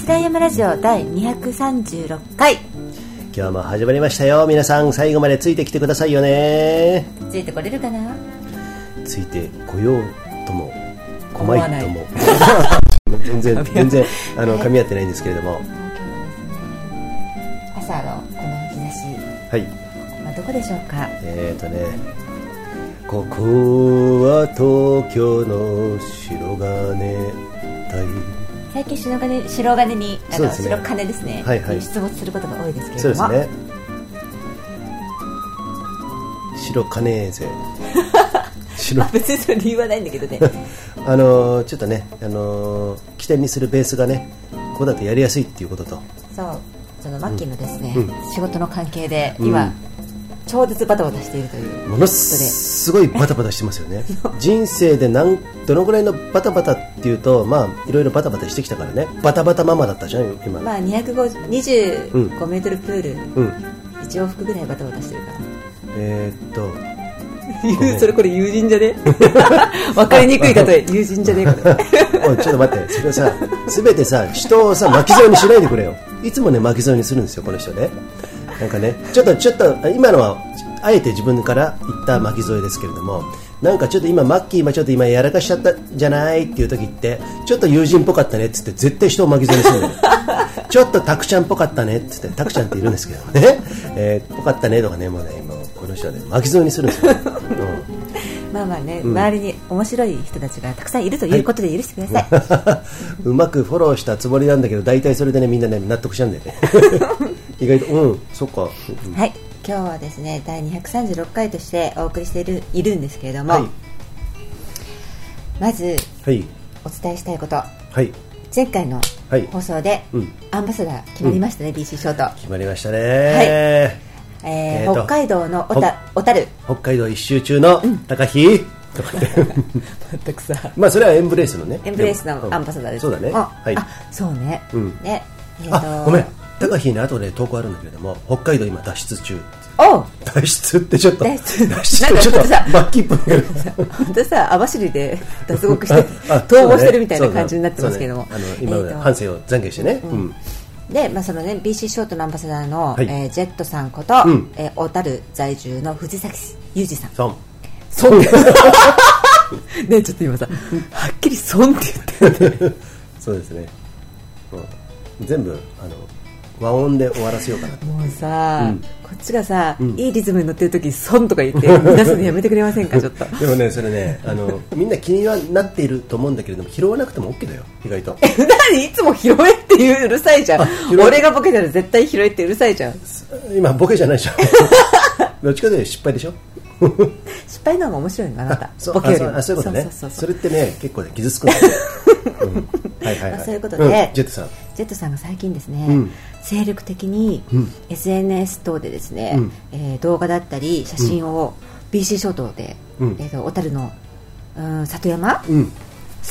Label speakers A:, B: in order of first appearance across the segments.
A: オ第236回
B: 今日も始まりましたよ皆さん最後までついてきてくださいよね
A: ついてこれるかな
B: ついてこようともこまいと
A: 思
B: も全然全然あの噛み合ってないんですけれども
A: 朝のこの日差し
B: はい
A: まあどこでしょうか
B: えーとねここは東京の白金台
A: 最近白金白金にあ
B: そう
A: の、
B: ですね
A: 白金ですね、
B: はいはい
A: に出没することが多いですけれど
B: そう
A: も
B: ですね白金勢白
A: まあ 別にそれ理由はないんだけどね
B: あのーちょっとね、あのー起点にするベースがねここだとやりやすいっていうことと
A: そうそのマッキーのですね、
B: う
A: 仕事の関係で今、
B: うん
A: 超絶バタバタしているという
B: ものすごいバタバタしてますよ ね人生でなんどのぐらいのバタバタっていうとまあいろいろバタバタしてきたからねバタバタママだったじゃん今、
A: まあ250 25
B: う
A: メートルプール、
B: うん
A: 一往復ぐらいバタバタしてるから
B: えーっと
A: 言うそれこれ友人じゃ ねわかりにくい例え友人じゃねえこれ
B: おいちょっと待ってそれさ全てさ人をさ巻き添えにしないでくれよいつもね巻き添えにするんですよこの人ねなんかねちょっとちょっと今のはあえて自分から言った巻き添えですけれどもなんかちょっと今マッキー今ちょっと今やらかしちゃったじゃないっていう時ってちょっと友人っぽかったねっつって絶対人を巻き添えにするのよちょっとタクちゃんっぽかったねっつってタクちゃんっているんですけどねえーっぽかったねとかねもうねもうこの人はね巻き添えにするんですよ、うん
A: まあまあね、周りに面白い人たちがたくさんいるということで許してください、
B: うまくフォローしたつもりなんだけど大体それでねみんなね納得しちゃうんだよね 意外とうんそっか、うん
A: はい今日はですね第236回としてお送りしているいるんですけれども、
B: はい
A: まず
B: はい
A: お伝えしたいこと
B: はい
A: 前回の
B: はい
A: 放送で、
B: うん
A: アンバサダー決まりましたね、BC ショート、
B: 決まりましたね、
A: えー
B: えーと
A: 北海道の小た小樽
B: 北海道一周中の高飛、とかって
A: 全くさ
B: まあそれはエンブレイスのね
A: エンブレイスの
B: うん
A: アンバサダーです
B: そうだね
A: あ
B: はい
A: あそうね、
B: うん
A: ねえーと
B: あごめん高飛ね後で投稿あるんだけれども北海道今脱出中
A: おう
B: 脱出ってちょっと
A: 脱出
B: ってちょっ
A: なんか
B: と
A: さ
B: バッキ ーっぽいけど
A: 私さ網走で脱獄して
B: あ
A: 逃亡してるみたいな感じになってますけども、
B: そうだねそうだねあの今ま
A: え
B: で
A: ーと
B: 反省を懺悔してね、うん
A: で、まあ、そのね BC ショートのアンバサダーの、
B: はい
A: えージェットさんこと、
B: うん
A: えー小樽在住の藤崎裕二さん
B: そう
A: そんでねちょっと今さはっきり「そん」って言って
B: そうですね、うん、全部あの和音で終わらせよ うかな
A: もうさ、
B: うん
A: こっちがさ、
B: ん
A: いいリズムに乗ってる時に「そん」とか言 って出すのやめてくれませんかちょっと
B: でもねそれねあのみんな気にはなっていると思うんだけれども拾わなくても OK だよ意外と
A: 何いつも拾えって言ううるさいじゃ
B: あ
A: ん
B: 拾え
A: 俺がボケたら絶対拾えってうるさいじゃん
B: 今ボケじ ゃないでしょどっちかというと失敗でしょ
A: 失敗の方が面白いのあなた
B: そう
A: ボケより
B: あ
A: も
B: そうあそういうことね
A: そうそうそう
B: れってね結構ね傷つくんだよ、うん、はいはい、は
A: まあ
B: い、
A: そういうことで
B: んジェットさん
A: ジェットさんが最近ですね、
B: うん
A: 精力的に
B: うん
A: SNS 等でですね、
B: うん
A: えー動画だったり写真を BC 諸島で、
B: うん
A: えー、と小樽の、うん、里山
B: うん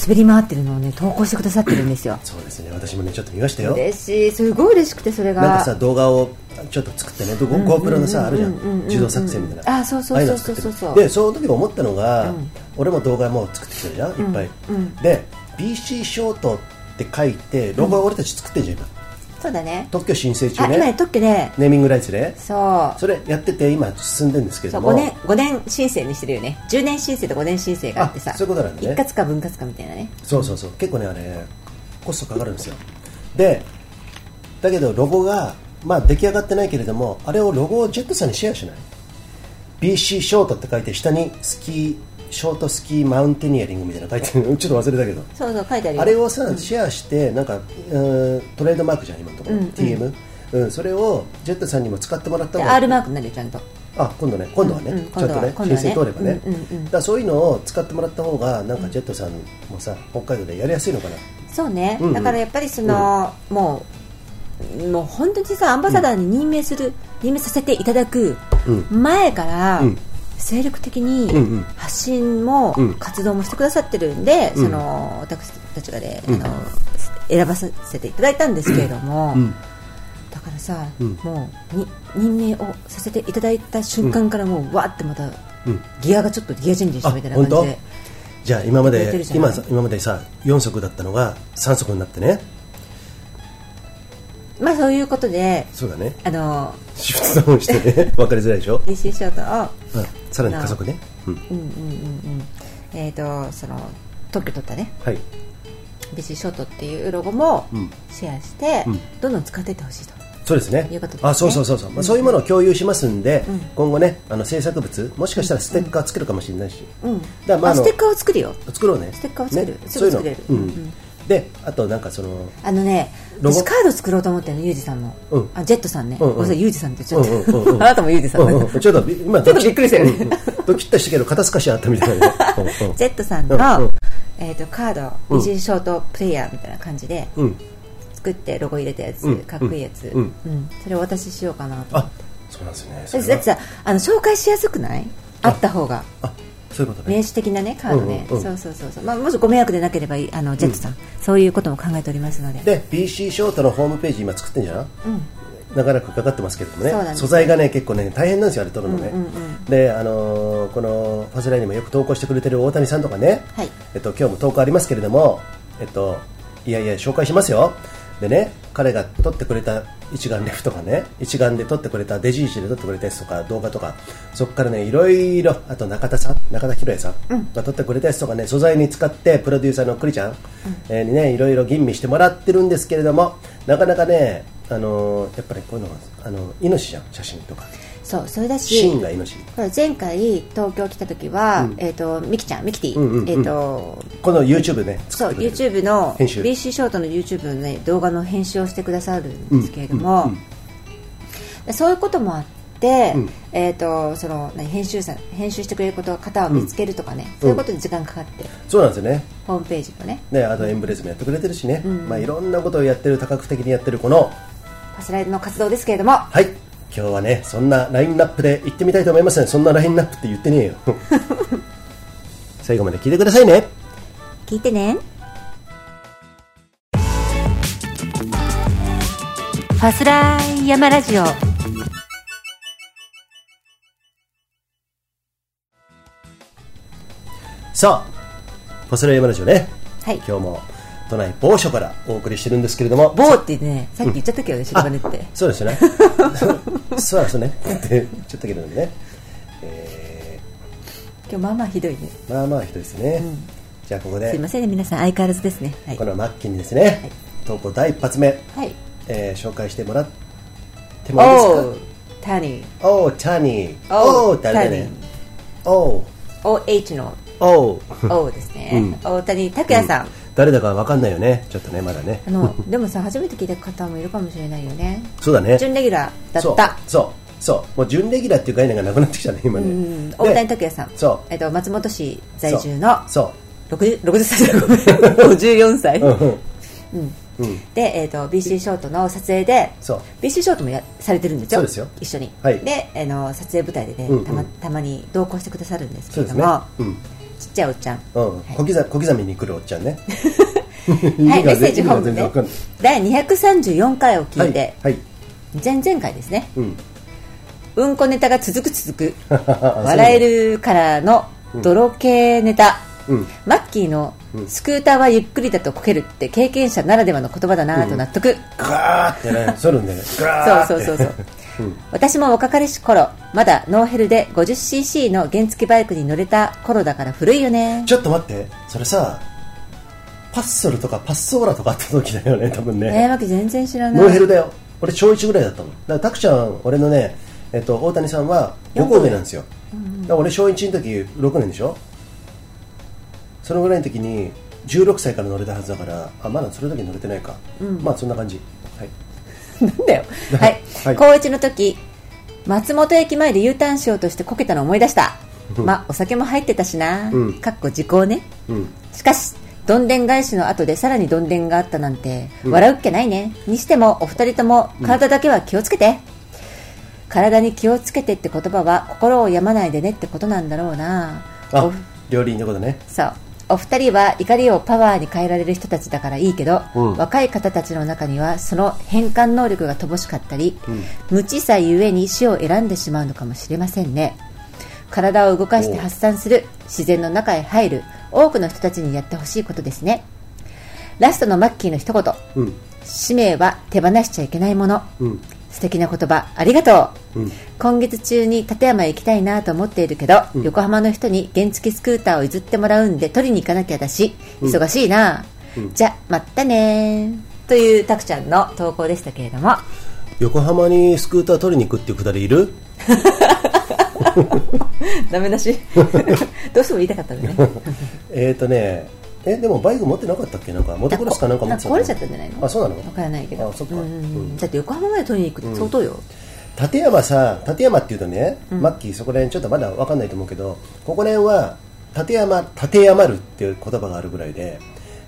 A: 滑り回ってるのをね投稿してくださってるんですよ
B: そうですね私もねちょっと見ましたよ
A: 嬉しいすごい嬉しくてそれが
B: なんかさ動画をちょっと作ってね、どこ GoPro のさあるじゃん
A: うんうんうんうん
B: 自動作成みたいな
A: あそうそう
B: ああいの
A: そうそう
B: 作ってる
A: そうそう
B: でその時思ったのが、俺も動画もう作ってきてるじゃんいっぱい、
A: うんうん
B: で BC ショートって書いてロゴは俺たち作ってんじゃん今
A: そうだね
B: 特許申請中
A: あ今ね
B: ね
A: 特許で
B: ネーミングライツね
A: そう
B: それやってて今進んでるんですけれ
A: そ
B: ど
A: う
B: も
A: 5年5年申請にしてるよね10年申請と5年申請があってさ
B: あそういうことなんだね
A: 一括か分割かみたいなね
B: そうそうそう結構ねあれコストかかるんですよでだけどロゴがまあ出来上がってないけれどもあれをロゴをジェットさんにシェアしない BC ショートって書いて下にスキーショートスキーマウンテニアリングみたいなの書いて るちょっと忘れたけど
A: そうそう書いてあるよ
B: あれをさシェアしてなんか、うん、トレードマークじゃん今のところ、
A: うんうん
B: TM、うん、それをジェットさんにも使ってもらった
A: で
B: 方が
A: R マークになるよちゃんと
B: あ今度ね今度はね、
A: うんうん
B: ちゃんとね
A: 今度は
B: 申請通ればね、
A: 今度はねうんうんうん
B: だからそういうのを使ってもらった方がなんかジェットさんもさ北海道でやりやすいのかな
A: そうね、
B: うんうん
A: だからやっぱりその、もうもう本当にさアンバサダーに任命する、任命させていただく
B: う
A: 前から、
B: うん
A: 精力的
B: うんう
A: に
B: ん
A: 発信も
B: うん
A: 活動もしてくださってるんで、
B: うん
A: その私たちがね、
B: うん
A: あの選ばさせていただいたんですけれども、
B: うん
A: だからさ、
B: うん
A: もうに任命をさせていただいた瞬間からもう、わーってまた
B: うん
A: ギアがちょっとギアチェンジしたみたいな
B: あ
A: 感じ
B: 本
A: で
B: じゃあ今ま
A: やってる
B: で
A: じゃない
B: 今さ今までさ4足だったのが3足になってね
A: まあそういうことで
B: そうだね
A: あの
B: シフトダウ ンしてね分かりづらいでしょ、
A: 練習ショートを
B: うん、さらに加速ね、うん、
A: うんうんうんうんえっ、とその特許取ったね
B: はい、
A: ビシショートっていうロゴも
B: うん、
A: シェアして、
B: うん
A: どんどん使っていってほしいと、
B: そうですね
A: いうことですね
B: あそうそうそうそう、まあ、そういうものを共有しますんで、今後ねあの制作物もしかしたらステッカー作るかもしれないし、
A: うん
B: だからまあ
A: あ
B: あの
A: ステッカーを作るよ
B: 作ろうね
A: ステッカーを作る
B: ね、
A: す
B: そうい
A: ぐ
B: うの
A: 作れる
B: うん
A: うん
B: であとなんかその
A: あのね
B: ロゴ
A: 私カード作ろうと思ってるのユージさんも、
B: うん
A: あジェットさんね、
B: うんうん
A: ごめんなさいユージさんって言っちゃった、
B: うんうんうんう ん
A: あなたもユージさんだ
B: うんうんちょっと今
A: ちょっとびっくりしたよね
B: うんうんドキッとしたけど肩透かしあったみ たいな、うんうん
A: ジェットさんの、
B: うんうん
A: えー、とカー
B: う
A: ド
B: ん
A: ビジショートプレイヤーみたいな感じで
B: うん、
A: 作ってロゴ入れたやつ、
B: うん
A: かっこいいやつ、
B: う
A: うんんそれをお渡ししようかなと
B: あそうなんですねそ
A: だ
B: れ
A: っ
B: は
A: てさあの紹介しやすくないあった方が
B: あそういうことね
A: 名刺的なねカードね、
B: うんうんう
A: そうそうそうそう、まあ、もしご迷惑でなければいいあのジェットさん、そういうことも考えておりますので
B: で BC ショートのホームページ今作ってんじゃん、長らくかかってますけれどもね
A: そうなんです
B: 素材がね結構ね大変なんですよあれ撮るのね、であのーこのファズラインにもよく投稿してくれてる大谷さんとかね、
A: はい
B: えっと、今日も投稿ありますけれどもえっといやいや紹介しますよでね彼が撮ってくれた一眼レフとかね一眼で撮ってくれたデジイチで撮ってくれたやつとか動画とかそこからねいろいろあと中田さん中田博也さんが撮ってくれたやつとかね素材に使ってプロデューサーの栗ちゃん、えーにねいろいろ吟味してもらってるんですけれどもなかなかねあのーやっぱりこういうのがあの命じゃん写真とか
A: そうそれだ
B: シ
A: し
B: ーンが命
A: ほら前回東京来た時は、えっ、とミキちゃんミキティ、
B: うんうんうん
A: えっ、と
B: この YouTube ね
A: そ
B: 作
A: う
B: ってくれてる
A: YouTube の
B: 編集
A: BC ショートの YouTube の、ね、動画の編集をしてくださるんですけれども、でそういうこともあって、
B: うん
A: えっとその何編集さん編集してくれること方を見つけるとかね、そういうことに時間かかって、
B: そうなんですよね
A: ホームページのね
B: ね、あとエンブレスもやってくれてるしね、まあ、いろんなことをやってる多角的にやってるこの
A: パスライドの活動ですけれども
B: はい今日はねそんなラインナップで行ってみたいと思いますねそんなラインナップって言ってねえよ 最後まで聞いてくださいね
A: 聞いてねファスライヤマラジオ
B: さあパスライヤマラジオね
A: はい
B: 今日も都内某所からお送りしてるんですけれども
A: 某ってねさっき言っちゃったけどね白金って
B: そうですよね そうですねって言っちょっとけどね、え
A: 今日まあまあひどいね
B: ーまあまあひどいですね、じゃあここ
A: すい
B: で
A: ませんね皆さん相変わらずですねはい
B: このマッキーにですね、
A: い
B: 投稿第一発目
A: はい
B: えー紹介してもらってもいいです
A: おうタニー
B: かおータニー
A: おう
B: おー誰だね
A: タニ
B: おー
A: OH の
B: おー
A: O ですね大谷拓也さん
B: 誰だかわかんないよねちょっとねまだね
A: あのでもさ初めて聞いた方もいるかもしれないよね
B: そうだね
A: 準レギュラーだ
B: そう
A: った
B: そうそうもう準レギュラーっていう概念がなくなってきたね今
A: う
B: ね
A: ん
B: で
A: 大谷拓也さん
B: そう
A: えっと松本市在住の
B: そ
A: 60 60歳だごめん 54歳
B: ううんうん
A: うんで、えー、と BC ショートの撮影で
B: そう
A: BC ショートもやされてるんですよ
B: そうですよ
A: 一緒に、
B: はい
A: で、あの撮影舞台でね、
B: うんうん
A: たまたまに同行してくださるんですけ
B: そう
A: れ
B: で
A: ど
B: す
A: も、
B: ねうん
A: ちっちゃいおっちゃん、
B: うん
A: はい
B: 小刻小刻みに来るおっちゃんね
A: は
B: 意味
A: い、メ
B: が
A: ッセージ
B: 全然
A: 本文
B: 意味が全然
A: ね
B: わかんない
A: 第234回を聞いて、
B: はい はい
A: 前々回ですね
B: うん
A: うんこネタが続く続く笑
B: 笑
A: えるからの泥系ネタ、
B: うん
A: マッキーのスクーターはゆっくりだとこけるって経験者ならではの言葉だなと納得、
B: ガーってねそう なんだよガーって
A: そうそうそうそう、私も若かりし頃まだノーヘルで 50cc の原付バイクに乗れた頃だから古いよね
B: ちょっと待って、それさ、パッソルとかパッソーラとかあった時だよね、多分
A: え
B: ね。
A: ー、わけ全然知らない
B: ノーヘルだよ。俺、小1ぐらいだったもん。だから、タクちゃん、俺のね、えっと、大谷さんは5校目なんですよ。だから俺、小1の時6年でしょそのぐらいの時に、16歳から乗れたはずだから、あ、まだその時に乗れてないか。まあ、そんな感じ。はい。
A: なんだよ はい、
B: はい
A: 高1の時松本駅前で U ターンしようとしてこけたのを思い出したまあお酒も入ってたしな、
B: うん
A: かっこ時効ね
B: うん。
A: しかしどんでん返しの後でさらにどんでんがあったなんて笑うっけないね、にしてもお二人とも体だけは気をつけて、体に気をつけてって言葉は心を病まないでねってことなんだろうな
B: あ
A: お、
B: 料理人のことね。
A: そうお二人は怒りをパワーに変えられる人たちだからいいけど、
B: うん
A: 若い方たちの中にはその変換能力が乏しかったり、無知さゆえに死を選んでしまうのかもしれませんね体を動かして発散する自然の中へ入る多くの人たちにやってほしいことですねラストのマッキーの一言
B: うん。
A: 使命は手放しちゃいけないもの、
B: うん
A: 素敵な言葉ありがとう、
B: うん
A: 今月中に立山へ行きたいなと思っているけど、横浜の人に原付スクーターを譲ってもらうんで取りに行かなきゃだし忙しいな、じゃまったねーというたくちゃんの投稿でしたけれども
B: 横浜にスクーター取りに行くっていうくだり いる
A: ダメだ しどうしても言いたかったんだね
B: えーとねえでもバイク持ってなかったっけなんかモトクロスかなんか持ってた
A: なんか壊れちゃったんじゃないの
B: あそうなの
A: 分からないけど
B: あそっか、
A: うん
B: う
A: うん
B: ん
A: うんだって横浜まで取りに行くって相当よ、
B: 立山さ立山っていうとね、マッキーそこら辺ちょっとまだ分かんないと思うけどここら辺は立山立山るっていう言葉があるぐらいで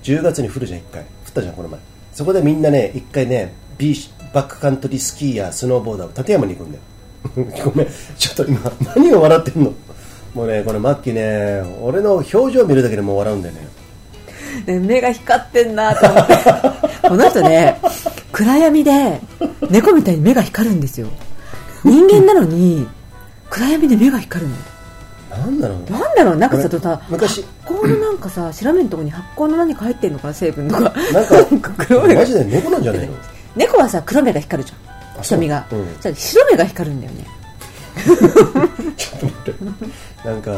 B: 10月に降るじゃん1回降ったじゃんこの前そこでみんなね1回ねビーチバックカントリースキーやスノーボーダー立山に行くんだよ ごめんちょっと今何を笑ってんのもうねこのマッキーね俺の表情見るだけでもう笑うんだよね
A: ね目が光ってんなと思ってこの人ね暗闇で猫みたいに目が光るんですよ人間なのに暗闇で目が光るの
B: なんだろう
A: なんだろうなんかさ
B: これ
A: さ
B: 昔
A: 発酵のなんかさ調べんとこに発酵の何か入ってんのかな成分とか
B: なん
A: か
B: か
A: 黒い
B: マジで猫なんじゃないの
A: 猫はさ黒目が光るじゃん
B: あそう
A: 瞳が、
B: うん
A: じゃあ白目が光るんだよね
B: ちょっと待って。なんか、あ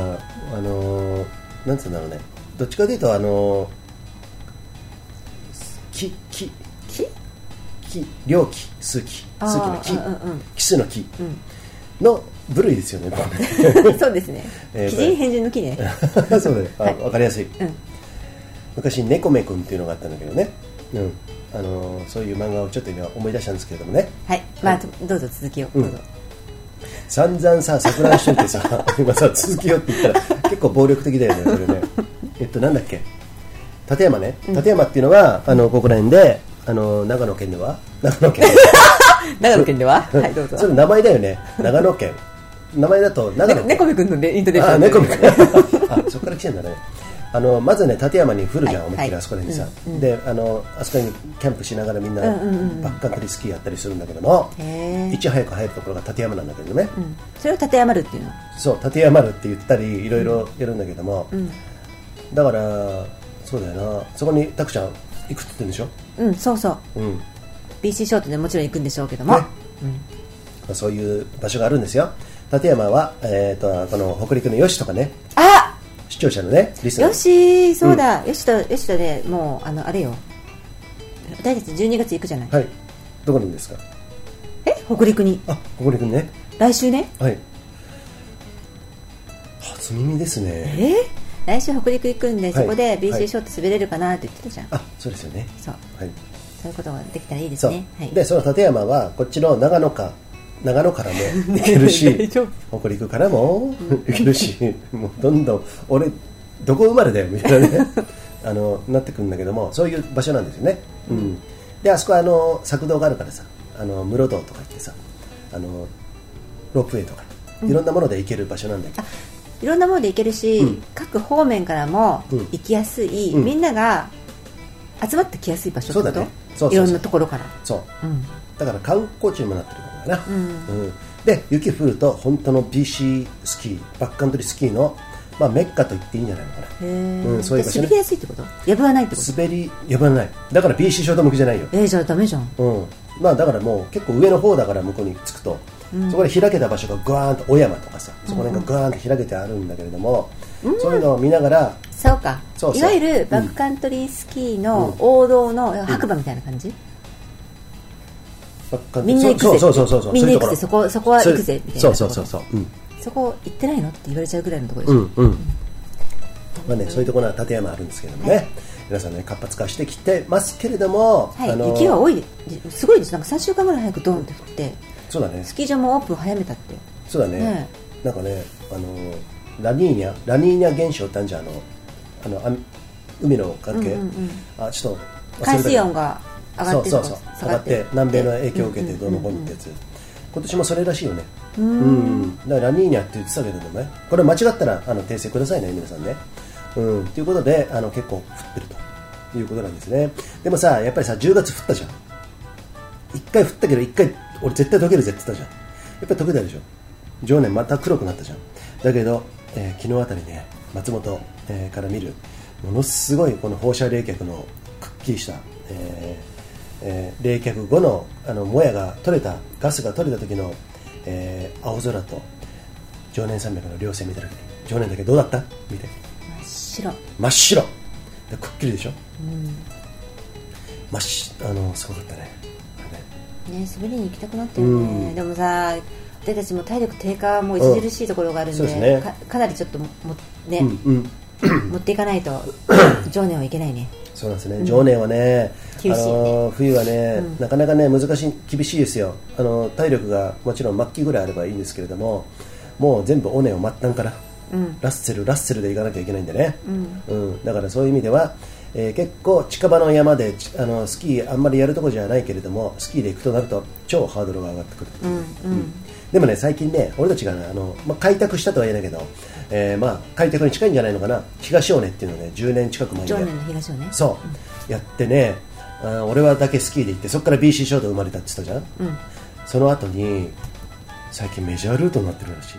B: のーなんつうんだろうね。どっちかというと、あのー、き、き、
A: 木
B: き、両き、数き、
A: あー
B: 数きの
A: う
B: き、
A: んうんうん
B: 奇数のきの部類ですよね、これね
A: そうですね
B: えー
A: 奇人変人の木ね
B: そうだね。あわ、かりやすい。
A: うん
B: 昔、猫めくんっていうのがあったんだけどね。うん。あのーそういう漫画をちょっと今思い出したんですけれどもね。
A: はいまあとどうぞ続きを、
B: うん
A: どうぞ
B: 散々さ錯乱しといてさ 今さ続きよって言ったら結構暴力的だよねそれねえっとなんだっけ立山ね立山っていうのは、あのここら辺であの長野県では長野県
A: 長野県で ははいどうぞ
B: それ名前だよね長野県名前だと長野
A: ね
B: 県
A: 猫部君のレイントネーショ
B: あ
A: ン
B: 猫みたいあそこから来てんだねあのまずね立山に降るじゃん、
A: はい
B: 思いっきり
A: はい
B: あそこら辺にさ、であのあそこにキャンプしながらみんなバ
A: うんうんうん
B: ックカントリースキーやったりするんだけども、
A: へー
B: いち早く入るところが立山なんだけどね、
A: うんそれを立山るっていうの
B: そう立山るって言ったりいろいろやるんだけども、だからそうだよなそこにたくちゃん行くって言ってんでしょ、
A: うんそうそう
B: うんま
A: BC ショートでもちろん行くんでしょうけども、
B: ねあ、そういう場所があるんですよ立山は、えー、とこの北陸のよしとかね
A: あ
B: 視聴者のねリスナー
A: よしそうだ、よしとよしとでもうあのあれよ私たち12月行くじゃない、
B: はいどこにいるんですか
A: え北陸に
B: あ北陸ね
A: 来週ね
B: はい初耳ですね
A: え来週北陸行くんで
B: は
A: そ
B: い
A: こで
B: はい
A: BC ショート滑れるかなって言ってたじゃん、
B: あそうですよね
A: そう
B: はい
A: そういうことができたらいいです
B: そう、
A: ねはい
B: でその立山はこっちの長野か長 野からも行ける
A: 大
B: し
A: 丈
B: 北陸からも行けるしもうどんどん俺どこ生まれだよみたい なねあのなってくるんだけどもそういう場所なんですよね、うん、であそこはあの作道があるからさあの室堂とか行ってさあのロープウェイとかいろんなもので行ける場所なんだけど、
A: いろんなもので行けるし、
B: うん
A: 各方面からも
B: うん
A: 行きやすい、
B: うん
A: みんなが集まってきやすい場所ってこと
B: そうだねそうそうそう
A: ろんなところから
B: そう
A: うん
B: だから観光地にもなってるからな、
A: う
B: うんで雪降ると本当の BC スキーバックカントリースキーの、まあ、メッカと言っていいんじゃないのかな
A: へ
B: うんそういう場所ね
A: 滑りやすいってことやぶはないってこと
B: 滑りやばないだから BC ショート向きじゃないよ、
A: えー、じゃあダメじゃん
B: うんまあ、だからもう結構上の方だから向こうに着くと、そこで開けた場所がグワーンと小山とかさそこら辺がグワーンと開けてあるんだけれども、そういうのを見ながら
A: そうか
B: そうそう
A: いわゆるバックカントリースキーの王道の白馬みたいな感じ、
B: バックカント
A: み
B: リー
A: んな行くぜ
B: そうそうそうそう
A: みんな行くぜ
B: そういう
A: そこ
B: と
A: そこは行くぜみたいな
B: そうそうそうそううん
A: そこ行ってないのって言われちゃうぐらいのところで
B: う
A: しょ、
B: んうんまあね、そういうところは立山あるんですけどもね、皆さんね活発化してきてますけれども、
A: はい
B: あの
A: 雪は多いすごいですなんか3週間ぐらい早くドンって降って
B: そうだね
A: スキー場もオープン早めたって
B: そうだね
A: ね
B: なんかねあのラニーニャラニーニャ現象ってあるじゃんあのあのあ海の崖、
A: うんうんうん
B: あちょっと忘れた
A: 海水温が上がってる
B: そう
A: と
B: そう
A: か
B: そ
A: 下
B: う上が
A: がっ
B: って
A: る
B: て南米の影響を受けてどうのこうのってやつ、今年もそれらしいよねうんだからラニーニャって言ってたけれどもねこれ間違ったらあの訂正くださいね皆さんねうんということであの結構降ってるということなんですねでもさやっぱりさ10月降ったじゃん1回降ったけど1回俺絶対溶けるぜって言ったじゃんやっぱり溶けたでしょ常年また黒くなったじゃんだけど、えー昨日あたりね松本、えーから見るものすごいこの放射冷却のくっきりした、えーえー冷却後のあのもやが取れたガスが取れた時の、えー青空と常年山脈の稜線見た時に常年岳どうだった見て
A: 真っ白
B: 真っ白でくっきりでしょ、真っしあのすごかったねあれね
A: ね滑りに行きたくなったよね、
B: うん
A: でもさ私たちも体力低下も著しいところがあるんで,、
B: うんそうですね
A: かかなりちょっとももね、
B: うんうん
A: 持っていかない と常年はいけないね
B: そうなんですね、常年はね、
A: 厳しい
B: あの冬はね、なかなかね、難しい、厳しいですよ、あの体力がもちろん末期ぐらいあればいいんですけれども、もう全部尾根を末端から、ラッセル、ラッセルで行かなきゃいけないんでね、うんだからそういう意味では、えー結構近場の山でちあのスキー、あんまりやるとこじゃないけれども、スキーで行くとなると、超ハードルが上がってくる。
A: うんうん
B: でもね、最近ね、俺たちがね、あのまあ、開拓したとは言えないけど、えーまあ、開拓に近いんじゃないのかな、東尾根っていうのをね、10年近く前に
A: 常
B: やっ
A: 年の東をね
B: そう、やってね、あー俺はだけスキーで行って、そこから BC ショート生まれたって言ったじゃん、その後に、最近メジャールートになってるらしい。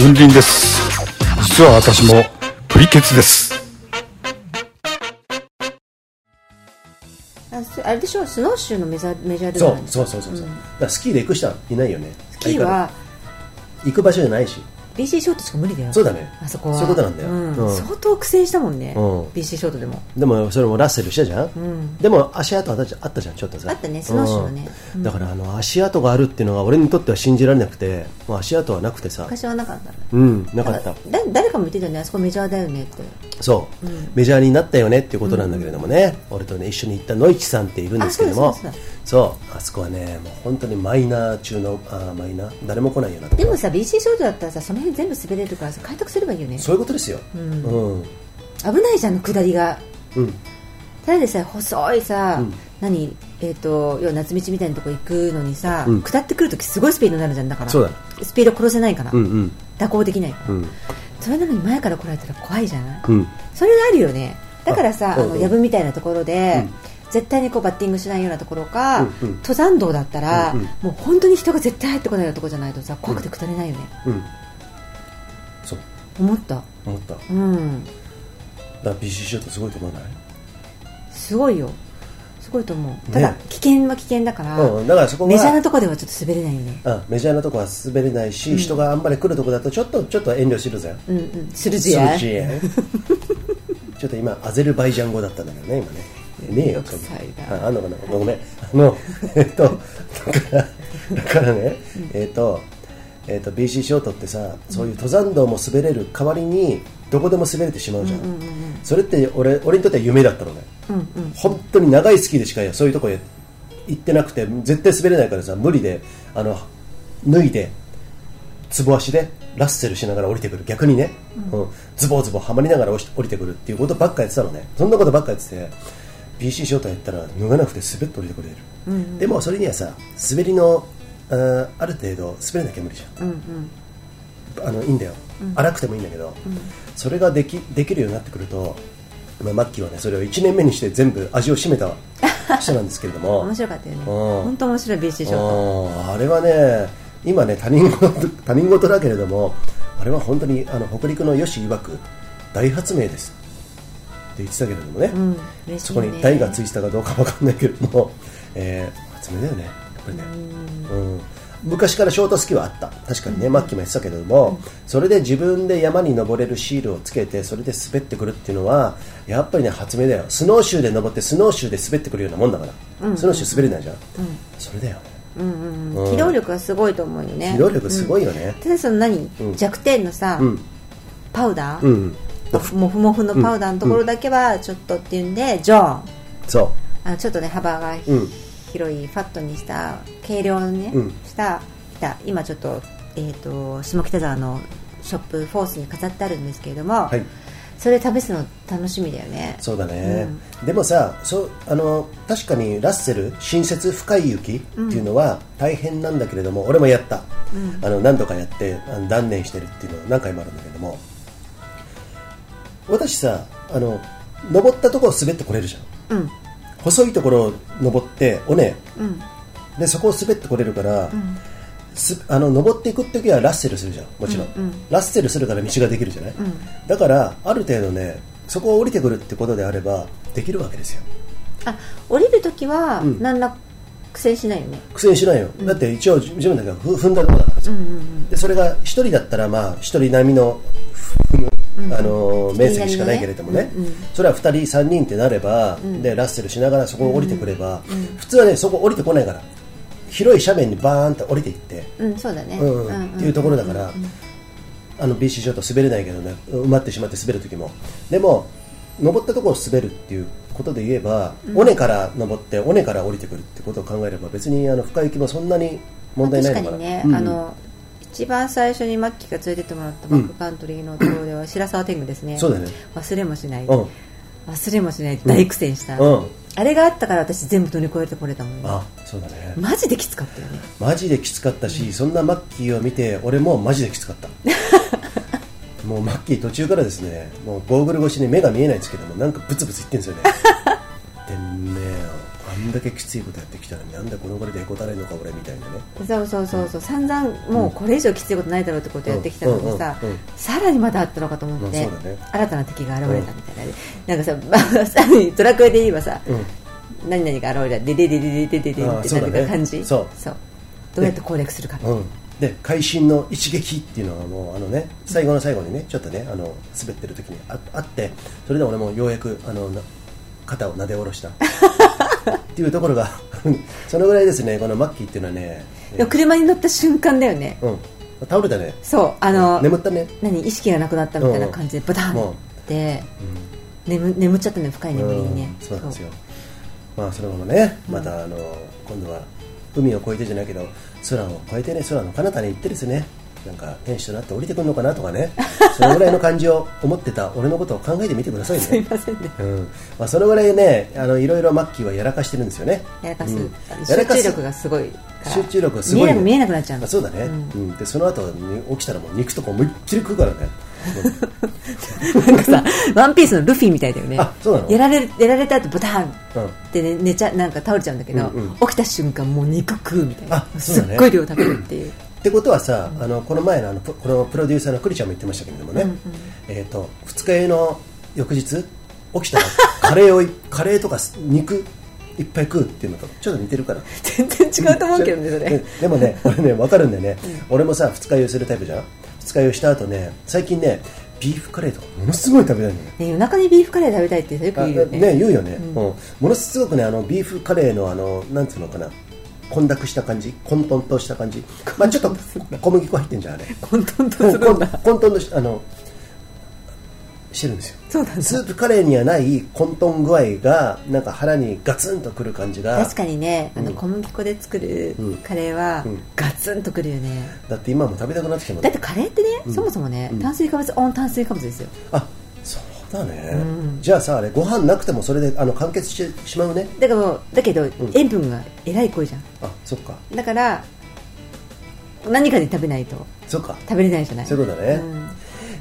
C: 文林です実は私もプリケツです
A: あそあれでしょスノーシューのメジャーメジャールー
B: そ
A: ト
B: う
A: なんです
B: そうそうそうそう、だからスキーで行く人はいないよね。
A: スキーは
B: 行く場所じゃないし、
A: BC ショートしか無理だよ
B: そうだね
A: あそこは
B: そういうことなんだようん
A: 相当苦戦したもんね、
B: うん
A: BC ショートでも
B: でもそれもラッセルしたじゃん、でも足跡あったじゃんあったじゃんちょっとさ
A: あったねスノーシューのね
B: うんだからあの足跡があるっていうのが俺にとっては信じられなくてもう足跡はなくてさ
A: 昔はなかったね
B: うんなかった
A: だ誰かも言ってたよねあそこメジャーだよねって
B: そう、メジャーになったよねっていうことなんだけれどもね、俺とね一緒に行った野市さんっているんですけども
A: あそうですそうで
B: そうあそこはねもう本当にマイナー中のあーマイナー誰も来ないようなとこ
A: でもさ BC ショートだったらさその辺全部滑れるからさ開拓すればいいよね
B: そういうことですようん、うん
A: 危ないじゃんあの下りがただでさえ細いさ、何えっ、と要は夏道みたいなとこ行くのにさ、
B: うん
A: 下ってくるときすごいスピードになるじゃんだから
B: そうだ
A: スピード殺せないから、
B: うんうん
A: 蛇行できないから、
B: うん
A: それなのに前から来られたら怖いじゃない、
B: うん
A: それがあるよねだからさ
B: あ
A: あ
B: うん
A: の
B: うん
A: 藪みたいなところで、絶対にこうバッティングしないようなところか、
B: うんうん
A: 登山道だったら、
B: うんうん
A: もう本当に人が絶対入ってこないようなとこじゃないとさ怖くて下れないよね、
B: うんそう
A: 思った
B: 思っただか
A: うん
B: ら BC ショットすごいと思わない
A: すごいよすごいと思うただ、
B: ね
A: 危険は危険だから、
B: うん、だからそこは
A: メジャーなとこではちょっと滑れないよね
B: うんメジャーなとこは滑れないし、人があんまり来るとこだとちょっとちょっと遠慮するぜ
A: うんうんするじゃん
B: するぜ ちょっと今アゼルバイジャン語だったんだけどね今ねねえ
A: め
B: よ
A: んどくさいな
B: ああんのかなごめんあの えっとだからだからね、えっとえっと BC ショートってさそういう登山道も滑れる代わりにどこでも滑れてしまうじゃん,、それって俺俺にとっては夢だったのね、本当に長いスキーでしかそういうとこへ行ってなくて絶対滑れないからさ無理であの脱いでつぼ足でラッセルしながら降りてくる逆にね、うんズボズボはまりながら降り降りてくるっていうことばっかやってたのねそんなことばっかやってて BC ショートやったら脱がなくて滑って降りてくれる、でもそれにはさ滑りのあーある程度滑れなきゃ無理じゃん、あのいいんだよ、荒くてもいいんだけど、それができできるようになってくると、まあ、マッキーはねそれを1年目にして全部味を占めた人なんですけれど も
A: 面白かったよね
B: ん
A: 本当面白い BC ショート
B: あーあれはね今ね他人事他人事だけれどもあれは本当にあの北陸の吉曰く大発明ですって言ってたけれどもね、
A: うん嬉し
B: そ
A: い
B: こ
A: ね
B: に大がついてたかどうかわかんないけれども、 えー、発明だよねやっぱりねうん昔からショートスキーはあった確かにねマッキーも言ってたけれども、それで自分で山に登れるシールをつけてそれで滑ってくるっていうのはやっぱりね発明だよスノーシューで登ってスノーシューで滑ってくるようなもんだから、スノーシュー滑れないじゃん、それだよ
A: 機動力はすごいと思うよね
B: 機動力すごいよね、
A: ただその何、弱点のさ、
B: ん
A: パウダー、
B: うん
A: もふもふもふのパウダーのところだけはちょっとっていうんで、ジョーン
B: そ
A: あのちょっとね幅が、
B: うん
A: 広いファットにした軽量のね、
B: うん
A: したした今ちょっと,、えー、と下北沢のショップフォースに飾ってあるんですけれども、
B: はい
A: それ試すの楽しみだよね
B: うそうだね、でもさそうあの確かにラッセル新雪深い雪っていうのは大変なんだけれども、俺もやった、あの何度かやってあの断念してるっていうのは何回もあるんだけども私さあの登ったところ滑ってこれるじゃん、
A: うん
B: 細いところを登って尾根、でそこを滑ってこれるから、すあの登っていく時はラッセルするじゃんもちろん、ラッセルするから道ができるじゃない、だからある程度ねそこを降りてくるってことであればできるわけですよ
A: あ降りるときは
B: ん
A: 何ら苦戦しないよね、
B: 苦戦しないよ、だって一応自分だけふ踏んだとこだからさ、でそれが一人だったらまあ一人並みの踏む、あのー面積しかないけれどもね、それは二人三人ってなれば、でラッセルしながらそこを降りてくれば、普通はねそこ降りてこないから広い斜面にバーンと降りていって、
A: うんそうだね、
B: うんっていうところだから、あの BC ショート滑れないけどね埋まってしまって滑る時もでも登ったところを滑るっていうことで言えば、尾根から登って尾根から降りてくるってことを考えれば別にあの深い雪もそんなに問題ない
A: 確
B: の
A: か
B: かな、
A: にね、
B: うん
A: あの一番最初にマッキーが連れてってもらったバックカントリーのところでは白沢天狗ですね、
B: そうだよね
A: 忘れもしない、
B: うん
A: 忘れもしない大苦戦した、
B: うん
A: あれがあったから私全部乗り越えてこれたもんね
B: あそうだね
A: マジできつかったよね
B: マジできつかったし、そんなマッキーを見て俺もマジできつかったもうマッキー途中からですねもうゴーグル越しに目が見えないんですけどもなんかブツブツ言ってんですよねてめえよあんだけきついことやってきたのになんでこのぐらいでへこたれんのか俺みたいなね
A: そうそうそうそう散々もうこれ以上きついことないだろうってことやってきたのにさ、
B: うんうんうん
A: さらにまだあったのかと思って、
B: うんそうだね
A: 新たな敵が現れたみたいな、なんかささらにドラクエで言えばさ、何々が現れたでででででででで
B: あー
A: って
B: そう
A: な
B: だ
A: る
B: ね
A: か感じ
B: そう
A: どうやって攻略するか、
B: うんで会心の一撃っていうのがもうあのね最後の最後にねちょっとねあの滑ってる時にああってそれで俺もようやくあのな肩を撫で下ろしたっていうところがそのぐらいですねこのマッキーっていうのはね
A: でも車に乗った瞬間だよね、
B: うん、倒れたね、
A: そうあの、
B: 眠ったね、
A: 何意識がなくなったみたいな感じでバタン
B: うん
A: って、眠眠っちゃったね深い眠りにね、
B: うんそうなんですよ、まあ、そのままね、またあの今度は海を越えてじゃないけど、空を越えてね、空の彼方に行ってですね、なんか天使となって降りてくるのかなと かね、そのぐらいの感じを思ってた俺のことを考えてみてくださいね。
A: すいませんね
B: うんまあ、そのぐらいね、あのいろいろマッキーはやらかしてるんですよね。
A: やらかす、
B: うんやら
A: 集
B: か
A: 中
B: す
A: 力がすごいから
B: 集中力がすご
A: 見え
B: い、
A: なく見えなくなっちゃうの
B: あそうだね、うんでその後に起きたらもう肉とか思いっきり食うからね、
A: なんかさ、ワンピースのルフィみたいだよね。
B: あそうなの
A: やられる、やられた後、ボタン
B: うん
A: ってね、寝ちゃ、なんか倒れちゃうんだけど、
B: うんうん
A: 起きた瞬間、もう肉食うみたいな。
B: あそう
A: す
B: だ
A: っ
B: ね
A: ごい量食べるって いう。
B: ってことはさ、あのこの前のあのプこのプロデューサーの栗ちゃんも言ってましたけれどもね、えー、と二日酔いの翌日起きたら カレーをいカレーとかす肉いっぱい食うっていうのとちょっと似てるから
A: 全然違うと思うけどね、それ。
B: でもね 俺ね分かるんだよね、俺もさ二日酔いするタイプじゃん二日酔いした後ね最近ねビーフカレーとかものすごい食べたいのね
A: ね、夜中にビーフカレー食べたいってよく
B: あ
A: 言うよね。
B: ね言うよね、うんものすごくねあのビーフカレーのあのなんつうのかな混濁した感じ混沌とした感じ、まあ、ちょっと小麦粉入ってんじゃんあれ
A: 混沌と
B: も
A: す
B: う
A: る
B: 混
A: んだ。
B: 混沌としあのしてるんですよ
A: そうなんだ
B: スープカレーにはない混沌具合がなんか腹にガツンとくる感じが
A: 確かにね、あの、小麦粉で作るカレーは、ガツンとくるよね。
B: だって今も食べたくなってきても
A: だってカレーってね、そもそもね、炭水化物、オン炭水化物ですよ。
B: あそうだね、じゃあさあれご飯なくてもそれであの完結してしまうね
A: だからもう、だけど、塩分がえらい濃いじゃん。
B: あそっか
A: だから、何かで食べないと。
B: そっか
A: 食べれないじゃない
B: そういうことだね
A: ん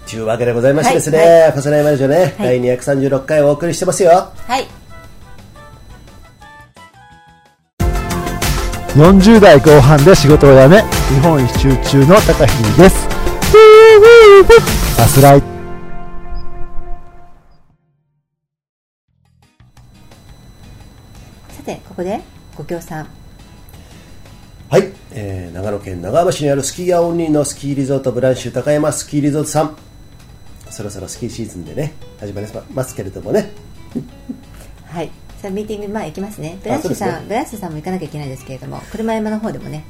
B: というわけでございましてですね、
A: はい
B: 重ねましょうね、第236回お送りしてますよ
A: はい
D: 40代後半で仕事を辞め日本一周中の高秀ですバスライ
A: さてここでご協賛
B: はい、えー長野県長浜市にあるスキーヤーオンリーのスキーリゾートブランシュ高山スキーリゾートさんそろそろスキーシーズンでね始まりますけれどもね
A: はいさあミーティング前行きますねブラッシュ
B: そうで
A: さ
B: す
A: ん、
B: ね
A: ブラッシュさんも行かなきゃいけないですけれども車山の方でもね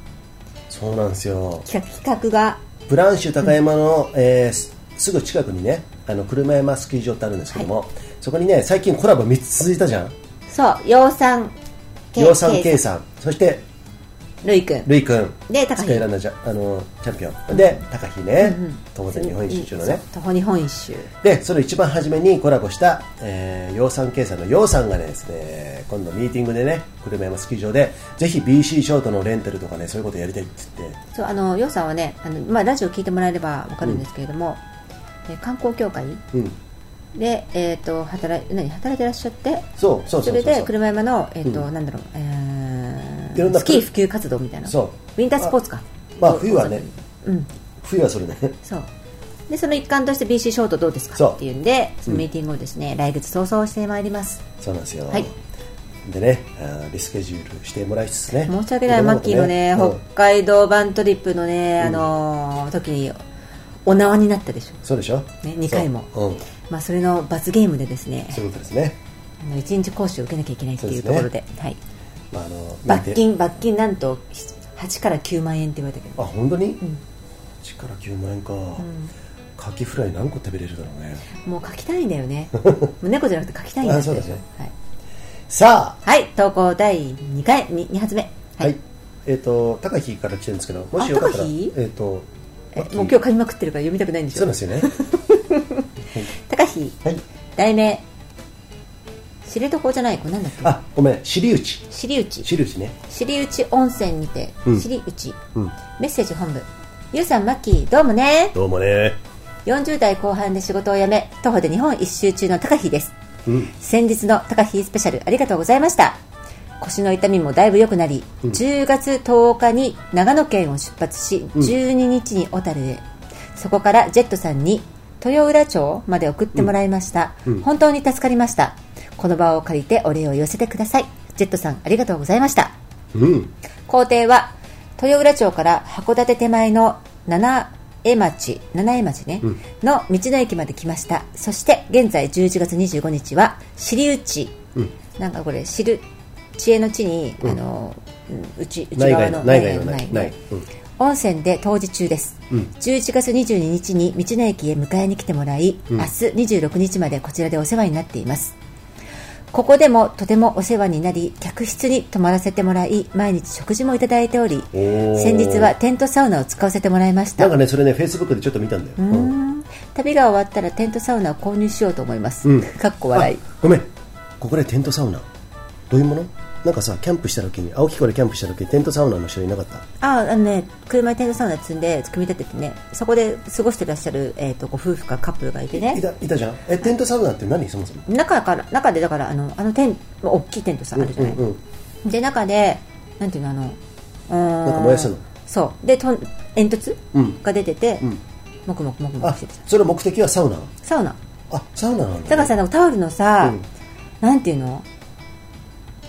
B: そうなんですよ
A: 企画企画が
B: ブランシュ高山の、えーすすぐ近くにねあの車山スキー場ってあるんですけども、そこにね最近コラボ3つ続いたじゃん
A: そう養蚕け
B: 洋さん
A: け
B: K さんそして
A: ルイ君
B: るいくん
A: で高
B: 世
A: 飛
B: 界ランナーじゃあのチャンピオンで高飛ね、当然日本一周のね、
A: そう徒歩日本一周
B: でその一番初めにコラボした、えー、洋さん計算の洋さんがねですね今度ミーティングでね車山スキー場でぜひ BC ショートのレンタルとかねそういうことやりたいって言って
A: そうあの養蚕はねあの、まあ、ラジオ聞いてもらえればわかるんですけれども、え観光協会
B: うん
A: で、えー、と働い何働いてらっしゃって
B: そうそ
A: そ
B: うそう
A: れ
B: う
A: で
B: そう
A: 車山の、えっと
B: う
A: なんだろう、え
B: いろん
A: ー、
B: な
A: スキー普及活動みたいな
B: そう
A: ウィンタースポーツか
B: まあ冬はね
A: うん
B: 冬はそれね
A: そうでその一環として BC ショートどうです
B: そ
A: か
B: う
A: っていうんでそのミーティングをですね、来月早々してまいります
B: そうなんですよ、
A: はい
B: でねあーリスケジュールしてもらいつつね
A: 申し訳ないマッキーのね
B: うん
A: 北海道版トリップのね、あのー時にお縄になったでしょ
B: そうでしょ、
A: ね二回も
B: そう,、うん、
A: まあ、それの罰ゲームでですね
B: そういうことですね、
A: あの一日講習を受けなきゃいけないっていうところではい、
B: まあ、あの
A: 罰
B: なんて
A: 金罰金なんと8から9万円って言われたけ
B: あ
A: ど
B: 本当に、1から9万円か、カキフライ何個食べれるだろうね
A: もう書きたいんだよ ねもう猫じゃなくて書きたいん
B: あ
A: だ
B: そうだね
A: はい、
B: さあ
A: はい、投稿第2回 2, 発目は
B: はい、
A: い、
B: えっ、と高飛から来てるんですけどもしよかったら
A: あ高飛
B: えっ、と
A: え
B: マッキー
A: もう今日書きまくってるから読みたくないんでし
B: そう
A: ょ
B: なんです よね
A: 高飛
B: はい
A: 題名知床じゃないこれなんだっけ
B: あごめん尻内
A: 尻内
B: 尻内ね
A: 尻内温泉にて、
B: うん
A: 尻内、
B: うん
A: メッセージ本部ゆうさんマッキーどうもね
B: どうもね
A: 40代後半で仕事を辞め徒歩で日本一周中の高飛です
B: うん
A: 先日の高飛スペシャルありがとうございました腰の痛みもだいぶ良くなり、10月10日に長野県を出発し12日に小樽へ、そこからジェットさんに豊浦町まで送ってもらいました、本当に助かりましたこの場を借りてお礼を寄せてくださいジェットさんありがとうございました
B: うん
A: 工程は豊浦町から函館手前の七重町七重町ね、の道の駅まで来ましたそして現在11月25日は尻内、なんかこれ知る知恵の地に、あのうん内内
B: 内
A: 側
B: 外
A: の
B: の内外のない
A: な
B: ないいうん
A: 温泉で当時中です、11月22日に道の駅へ迎えに来てもらい、明日26日までこちらでお世話になっていますここでもとてもお世話になり客室に泊まらせてもらい毎日食事もいただいており
B: ー
A: 先日はテントサウナを使わせてもらいまし
B: な
A: た
B: んかねそれねフェイスブックでちょっと見たんだよ、うん
A: 旅が終わったらテントサウナを購入しようと思います、かっこ笑い
B: あごめんここでテントサウナどういうものなんかさキャンプした時に青木湖でキャンプした時にテントサウナの人いなかった
A: ああのね車にテントサウナ積んで組み立ててねそこで過ごしてらっしゃる、えー、とご夫婦かカップルがいてね
B: いたいたじゃんえテントサウナって何そもそも
A: 中から中でだからあのあのテンまあ大きいテントさあるじゃない、
B: うんうん
A: で中でなんていうのあのうー
B: なんか燃やすの
A: そうでとん煙突、
B: うん
A: が出てて、
B: ん
A: もくもくもくも
B: あ
A: くしててさ
B: それ目的はサウナ
A: サウナ
B: あサウナなの
A: だからさなんかタオルのさ、
B: うん
A: なんていうの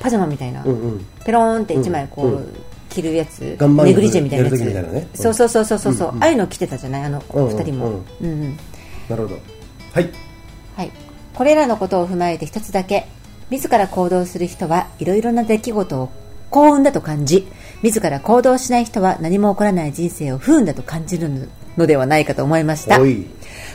A: パジャマみたいな、
B: うんうん
A: ペローンって一枚こう、
B: うん
A: 着るやつ
B: 岩盤浴
A: ネグリジェみたいなやつ
B: やる時みたいなねうん
A: そうそうそうそうそう、うああいうの着てたじゃないあの
B: うん
A: お
B: うん
A: 二人も、
B: うん
A: うんうん
B: なるほどはい
A: はい、これらのことを踏まえて一つだけ自ら行動する人はいろいろな出来事を幸運だと感じ自ら行動しない人は何も起こらない人生を不運だと感じるのではないかと思いました
B: おい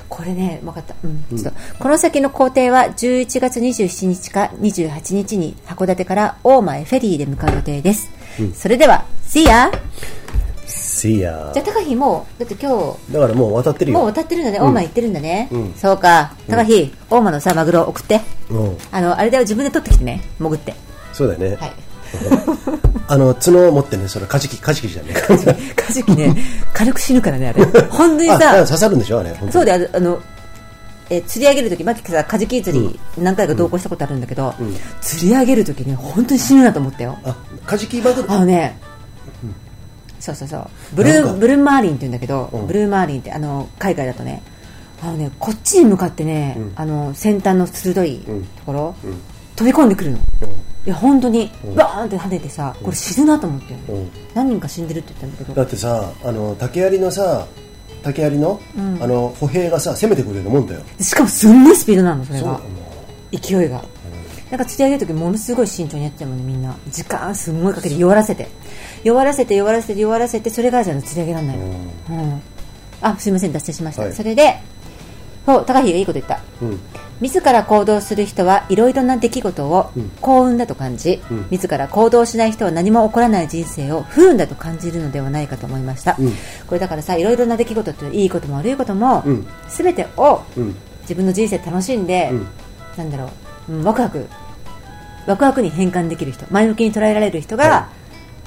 A: これね分かった、うんちょっとこの先の行程は11月27日か28日に函館から大前フェリーで向かう予定です、それでは See ya!
B: See ya
A: じゃあ高飛もうだって今
B: だからもう渡って
A: 日
B: るよ
A: もう渡ってるんだね、大間行ってるんだね、
B: ん
A: そうか高飛、大間のさマグロ送って
B: うん
A: あのあれだよ自分で取ってきてね潜って
B: そうだよね、
A: はい
B: あの角を持ってねそれカジキカジキじゃねえか
A: カジキ ね軽く死ぬからねあ れ本当に
B: あ刺
A: さ
B: さるんでしょあれ本当に
A: そうであのあのえ釣り上げる時マキさカジキ釣り何回か同行したことあるんだけど、釣り上げる時ね本当に死ぬなと思ったよ
B: あカジキマグロ
A: あのね、そうそうそうブル
B: なん
A: ー
B: か
A: ブルーマーリンって言うんだけど、
B: ん
A: ブルーマーリンってあの海外だとねあのねこっちに向かってね、あの先端の鋭いところ、飛び込んでくるの、いや本当にバーンって跳ねてさこれ死ぬなと思って、
B: うん
A: 何人か死んでるって言ったんだけ
B: だ
A: ど
B: ってさあの竹槍のさ竹槍の、あの歩兵がさ攻めてくるようなもんだよ
A: しかもすんごいスピードなのそれ
B: そう
A: が勢いが、なんか釣り上げる時ものすごい慎重にやってたもんねみんな時間すんごいかけて弱らせて弱らせて弱らせて弱らせてそれがじゃあ釣り上げられないの、うんあすいません脱線しました、
B: はい
A: それでそう高飛がいいこと言った、
B: うん
A: 自ら行動する人はいろいろな出来事を幸運だと感じ、自ら行動しない人は何も起こらない人生を不運だと感じるのではないかと思いました、これだからさいろいろな出来事っていいことも悪いことも、
B: ん
A: 全てを
B: うん
A: 自分の人生楽しんで、
B: うん
A: なんだろう、うん、ワクワクワクワクに変換できる人前向きに捉えられる人が、
B: は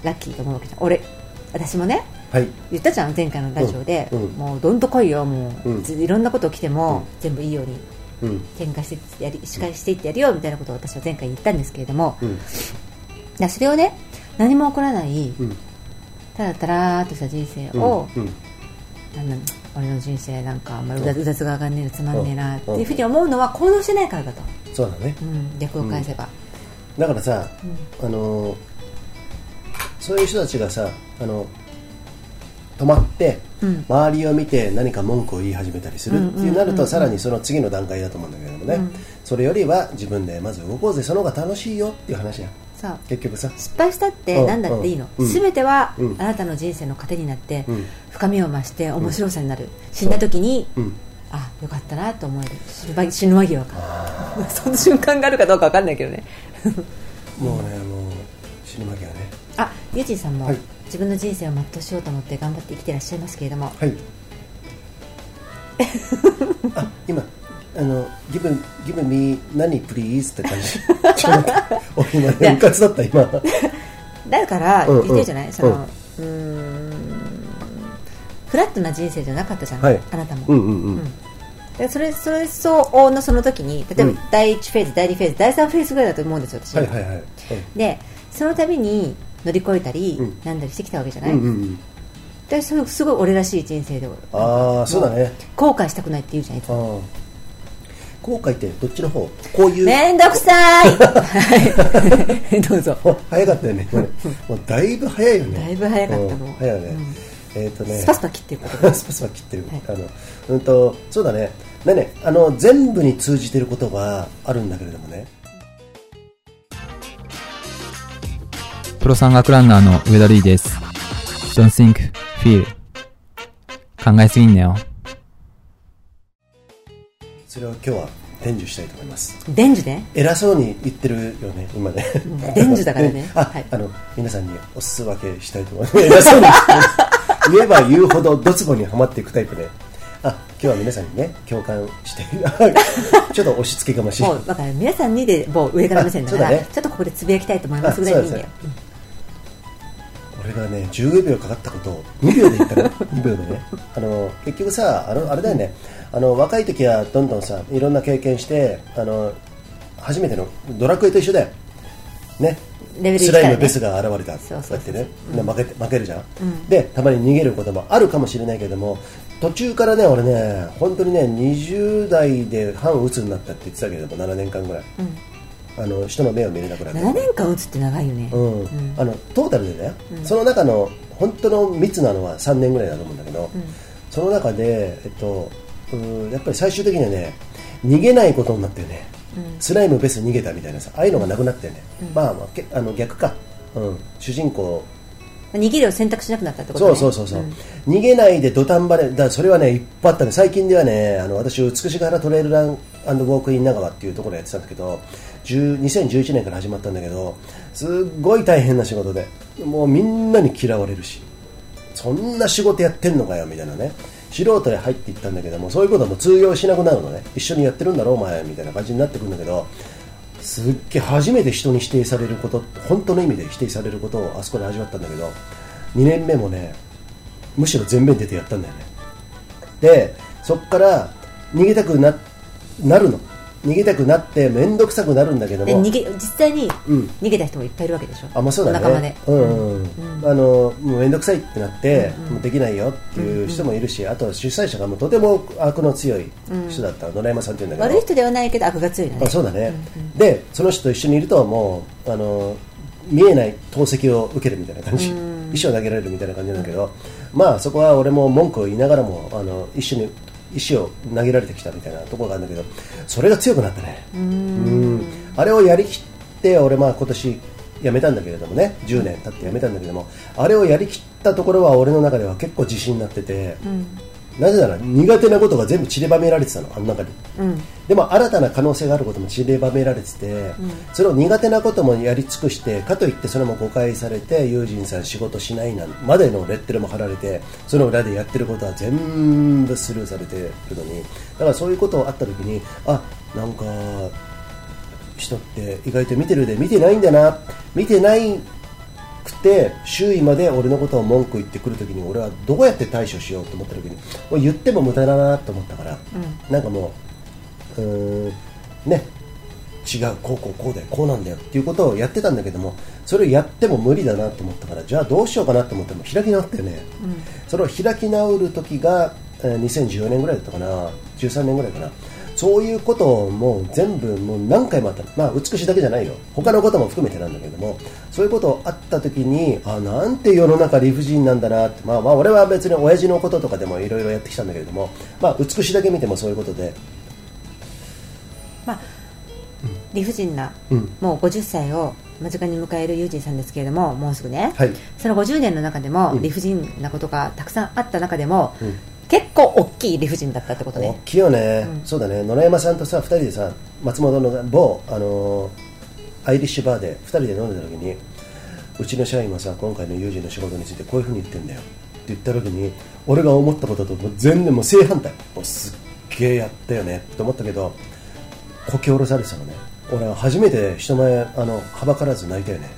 A: ラッキーと思うわけじゃん俺私もね
B: はい
A: 言ったじゃん前回のラジオで、
B: うんうん
A: もうどんと来いよもう、
B: うん
A: ずいろんなこと起きても、全部いいように
B: うん
A: 転換してやり司会していってやるよみたいなことを私は前回言ったんですけれども、
B: うん
A: だからそれをね何も起こらない、
B: ん
A: ただたらーっとした人生を、
B: うん
A: なんなん俺の人生なんかあんまりうだうだつが上がんねえなつまんねえなって
B: う
A: い
B: ん
A: うふうに思うのは行動してないからだと、
B: そうだね
A: うん、逆を返せば、
B: だからさ、あのーそういう人たちがさあの止まって、周りを見て何か文句を言い始めたりするっていうなるとさらにその次の段階だと思うんだけれどもね、それよりは自分でまず動こうぜその方が楽しいよっていう話や
A: そう
B: 結局さ
A: 失敗したって何だっていいの、
B: うんうん
A: 全てはあ
B: うん
A: なたの人生の糧になって、
B: うん
A: 深みを増して面白さになる、死んだ時に、
B: うん
A: あよかったなと思える死ぬば死ぬ間際か その瞬間があるかどうか分かんないけどね
B: もうねもう死ぬまではね
A: あゆうちんさんも、
B: はい
A: 自分の人生を全うしようと思って頑張って生きてらっしゃいますけれども、
B: はいあ今あの「ギブギブミ何プリーズ」って感じ ちょっと待って俺今ねうかつだった今
A: だから
B: うんう
A: 言
B: ん
A: ってるじゃない、そのうーんフラットな人生じゃなかったじゃん、
B: はい
A: あなたも、
B: うんうんうん
A: でそれそれ相応のその時に例えば
B: うん
A: 第1フェーズ、第2フェーズ第3フェーズぐらいだと思うんですよ私、
B: はいはいはい
A: でその度に乗り越えたり、
B: うん
A: なんだりしてきたわけじゃな
B: う
A: い、
B: んうんうん
A: でそれすごい俺らしい人生で
B: ああそうだね
A: 後悔したくないって言うじゃないつ
B: あ
A: も
B: ー後悔ってどっちの方こういう、
A: めんどくさいはい どうぞ
B: お 早かったよね今ねもうだいぶ早いよね
A: だいぶ早かった
B: うん
A: もう
B: 早いよね、えっ、とね
A: スパスパ切っていうこと
B: スパスパ切ってる、あのうんとそうだねねねあの全部に通じてることがあるんだけれどもね
E: プロ山岳ランナーの上田瑠衣です。Don't think, feel. 考えすぎんなよ。
B: それを今日は伝授したいと思います
A: 伝授ね
B: 偉そうに言ってるよね今ね
A: 伝授だからね
B: あ、
A: はい
B: あの皆さんにおす分けしたいと思います 偉そうに言ってる言えば言うほどドツボにはまっていくタイプであ今日は皆さんにね共感して ちょっと押し付けがましい
A: もうだから皆さんにでもう上から目線だか
B: あ
A: ら
B: そうだね
A: ちょっとここでつぶやきたいと思いますぐらいでいいんだよ
B: あ俺がね15秒かかったことを2秒で言っ たから2秒でねあの結局さあのあれだよねあの若い時はどんどんさいろんな経験してあの初めてのドラクエと一緒だよね
A: レベル
B: ス
A: 一か
B: ライ
A: ら
B: ム
A: ね
B: のベスが現れた
A: そうそうそう
B: だってね、で負けて負けるじゃん、でたまに逃げることもあるかもしれないけれども途中からね俺ね本当にね20代で半鬱になったって言ってたけれども7年間ぐらい、あの人の目を見れなくなった
A: 7年間打つって長いよね、
B: うんあのトータルでね、その中の本当の密なのは3年ぐらいだと思うんだけど、その中で、えっと、うーやっぱり最終的にはね逃げないことになってね、スライムベース逃げたみたいなさああいうのがなくなってね、まあ、まあ、けあの逆か、うん、主人公
A: 逃げるを選択しなくなったってこと、
B: そ
A: ね、
B: うそうそうそう、逃げないで土壇場でだからそれはねいっぱいあったね最近ではねあの私美しが原トレイルランウォークイン長川っていうところやってたんだけど10 2011年から始まったんだけどすっごい大変な仕事でもうみんなに嫌われるしそんな仕事やってんのかよみたいなね素人で入っていったんだけどもそういうことはもう通用しなくなるのね一緒にやってるんだろうお前みたいな感じになってくるんだけどすっげえ初めて人に否定されること本当の意味で否定されることをあそこで味わったんだけど2年目もねむしろ前面に出てやったんだよねでそっから逃げたくななるの逃げたくなって面倒くさくなるんだけど
A: で
B: も
A: 逃げ実際に
B: うん
A: 逃げた人もいっぱいいるわけでしょ、
B: あまあそうだね
A: 仲間で、
B: うんうんあのもう面倒くさいってなって、もうできないよっていう人もいるし、あと主催者がもうとても悪の強い人だった、野良山さんっていうんだけど
A: 悪い人ではないけど悪が強いのね
B: あそうだね、でその人と一緒にいるともうあの見えない透析を受けるみたいな感じ、石を投げられるみたいな感じなんだけど、まあそこは俺も文句を言いながらもあの一緒に石を投げられてきたみたいなところがあるんだけどそれが強くなったねうんあれをやりきって俺まあ今年辞めたんだけれどもね10年経って辞めたんだけどもあれをやりきったところは俺の中では結構自信になってて、なぜなら苦手なことが全部散りばめられてたのあの中に、でも新たな可能性があることも散りばめられてて、それを苦手なこともやり尽くしてかといってそれも誤解されて友人さん仕事しないなんまでのレッテルも貼られてその裏でやってることは全部スルーされてるのにだからそういうことがあった時にあなんか人って意外と見てるで見てないんだな見てないくて周囲まで俺のことを文句言ってくるときに俺はどうやって対処しようと思ったときにもう言っても無駄だなと思ったから、なんかもううーんね違うこうこうこうだよこうなんだよっていうことをやってたんだけどもそれをやっても無理だなと思ったからじゃあどうしようかなと思っても開き直ってね、それを開き直る時がえー2014年ぐらいだったかな13年ぐらいかなそういうことをもう全部もう何回もあったのまあ美しいだけじゃないよ他のことも含めてなんだけどもそういうことあった時にあなんて世の中理不尽なんだなってまあまあ俺は別に親父のこととかでもいろいろやってきたんだけれどもまあ美しいだけ見てもそういうことで
A: まあ、理不尽な、
B: うん
A: もう50歳を間近に迎えるユージンさんですけれどももうすぐね、
B: はい
A: その50年の中でも
B: ん
A: 理不尽なことがたくさんあった中でも、
B: ん
A: 結構大きい理不尽だったってこと
B: 大
A: ね
B: きいよね、そうだね野々山さんとさ2人でさ松本の某、あのーアイリッシュバーで2人で飲んでた時にうちの社員はさ今回の友人の仕事についてこういうふうに言ってんだよって言った時に俺が思ったことともう全然もう正反対もうすっげえやったよねって思ったけどこき下ろされてたのね俺は初めて人前あのはばからず泣いたよね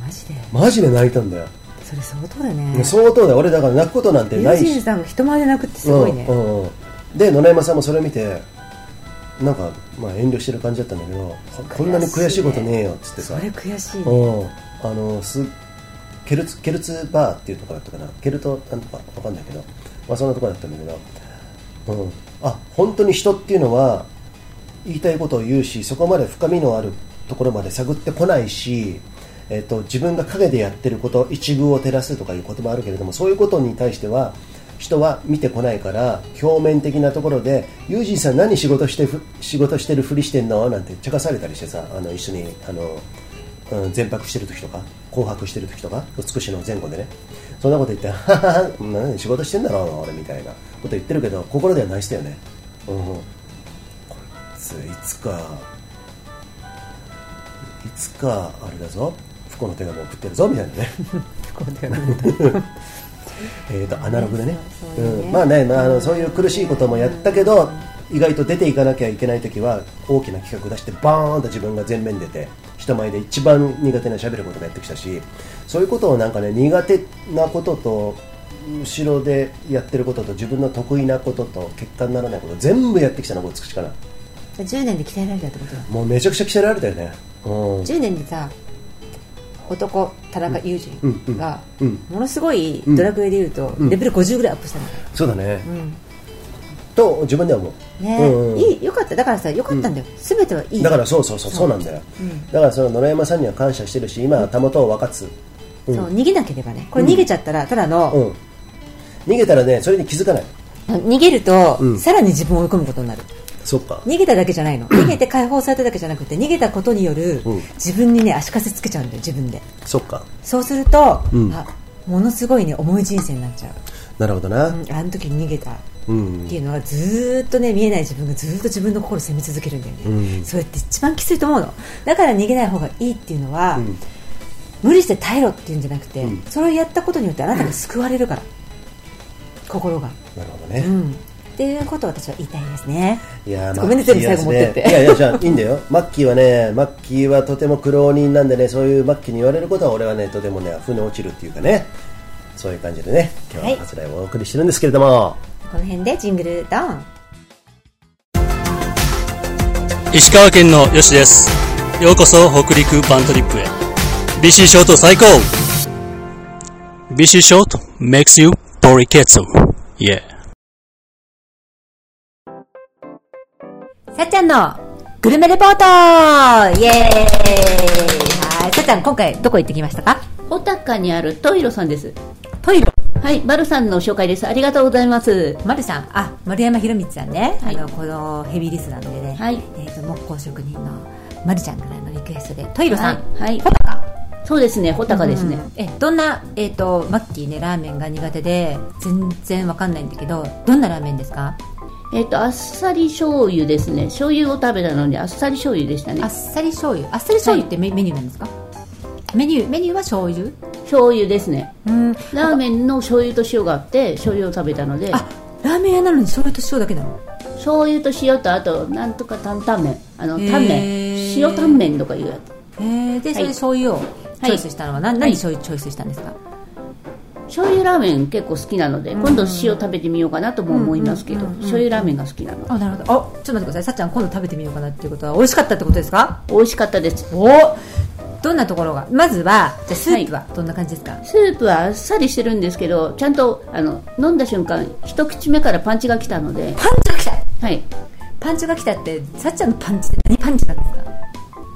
A: マジで
B: マジで泣いたんだよ、
A: それ相当だね
B: もう相当だよ俺だから泣くことなんて
A: ユ
B: な
A: ー
B: いし
A: ジンさんが人前で泣くってすごいね、
B: うんうんうんで野々山さんもそれを見てなんか、まあ、遠慮してる感じだったんだけどここんなに悔しいことねえよっつって
A: そ
B: さ
A: れ悔しいね
B: うんあのすケルツケルツバーっていうところだったかなケルトなんとかわかんないけど、まあ、そんなところだったんだけど、うん、あ本当に人っていうのは言いたいことを言うしそこまで深みのあるところまで探ってこないし、えっと自分が陰でやってること一遇を照らすとかいう言葉あるけれどもそういうことに対しては人は見てこないから表面的なところで「ユージンさん何仕事してふ仕事してるふりしてんの?」なんて茶化されたりしてさあの一緒にあのうん、全泊してる時とか紅白してる時とか美しの前後でねそんなこと言って はははは何仕事してんだろうな俺みたいなこと言ってるけど心では泣いてたよねうんうんこいついつかいつかあれだぞ不幸の手紙を送ってるぞみたいなね
A: こうだよね
B: えーとアナログでね
A: そうそうういうね
B: ん、まあね、まあ、あのそういう苦しいこともやったけど意外と出ていかなきゃいけない時は大きな企画出してバーンと自分が前面に出て人前で一番苦手な喋ることもやってきたしそういうことをなんかね苦手なことと後ろでやってることと自分の得意なことと結果にならないこと全部やってきたのが美しかな
A: 10年で鍛えられたってことだ
B: もうめちゃくちゃ鍛えられたよねうん
A: 10年でさ男田中裕
B: うんう
A: 二
B: ん
A: が
B: うん
A: ものすごいドラクエでいうとレベル50ぐらいアップしたの、
B: そうだね、
A: ん
B: と自分では思う
A: ね
B: うんうん
A: いいよかっただからさよかったんだよ、全てはいい
B: だからそうそうそうそうなんだよ、だからその野々山さんには感謝してるし今はたもとを分かつ、うん
A: そう逃げなければねこれ逃げちゃったらただ
B: う
A: の、
B: ん、逃げたらねそれに気づかない
A: 逃げると、
B: うん
A: さらに自分を追い込むことになる
B: そっか
A: 逃げただけじゃないの逃げて解放されただけじゃなくて逃げたことによる、
B: うん
A: 自分にね足かせつけちゃうんだよ自分で
B: そっか
A: そうすると、
B: うん
A: あものすごいね重い人生になっちゃ
B: なるほどな、
A: う、うん、あの時逃げたっ
B: うん
A: ていうのはずーっとね見えない自分がずーっと自分の心を責め続けるんだよね、それって一番きついと思うのだから逃げない方がいいっていうのは、
B: ん
A: 無理して耐えろっていうんじゃなくて、それをやったことによってあなたが救われるから、心が
B: なるほどね、
A: うんっていうことを私は言いたいですね
B: いやー
A: ごめんね
B: マッキー
A: 全部最後持ってって
B: はですねいやいやじゃあいいんだよ マッキーはねマッキーはとても苦労人なんでねそういうマッキーに言われることは俺はねとてもね腑に落ちるっていうかねそういう感じでね今日は初来をお送りしてるんですけれども、
A: この辺でジングルドン
F: 石川県のよしですようこそ北陸バントリップへ BC ショート最高 BC ショート makes you p o r i k e t s yeah
A: さっちゃんのグルメレポートイエーイはいさっちゃん今回どこ行ってきましたか
G: 小高にあるトイロさんです。
A: トイレ
G: はい、バルさんの紹介です。ありがとうございます。
A: 丸さんあ丸山博光さんね、
G: はい
A: あのこのヘビーリスナーでね、
G: はい
A: えー、と木工職人の丸ちゃんからのリクエストでトイロさん、
G: はいはい
A: ほたか
G: そうですね、穂高ですね。
A: うんえどんな、えー、とマッキーねラーメンが苦手で全然わかんないんだけどどんなラーメンですか
G: えっ、と、あっさり醤油ですね。醤油を食べたので、あっさり醤油でしたね
A: あっ。さり醤油あっさり醤油ってメ,、メニューなんですかメニューメニューは醤油
G: 醤油ですね。
A: うん
G: ラーメンの醤油と塩があって、醤油を食べたので、
A: あラーメン屋なのに醤油と塩だけなの
G: 醤油と塩と、あと、なんとか担々麺。あの、
A: へー
G: タンメン。塩タンメンとかいうや
A: え
G: つ。
A: ー、でそれで醤油をチョイスしたのは、な何
G: はい
A: 醤油チョイスしたんですか、
G: 醤油ラーメン結構好きなので、今度塩食べてみようかなとも思いますけど、醤油ラーメンが好きなの。
A: あなるほどあちょっと待ってくださいさっちゃん今度食べてみようかなっていうことは美味しかったってことですか
G: 美味しかったです。
A: おどんなところがまずはじゃあスープはどんな感じですか、
G: スープはあっさりしてるんですけどちゃんとあの飲んだ瞬間一口目からパンチが来たので、
A: パンチが来た
G: はい、
A: パンチが来たってさっちゃんのパンチって何パンチなんですか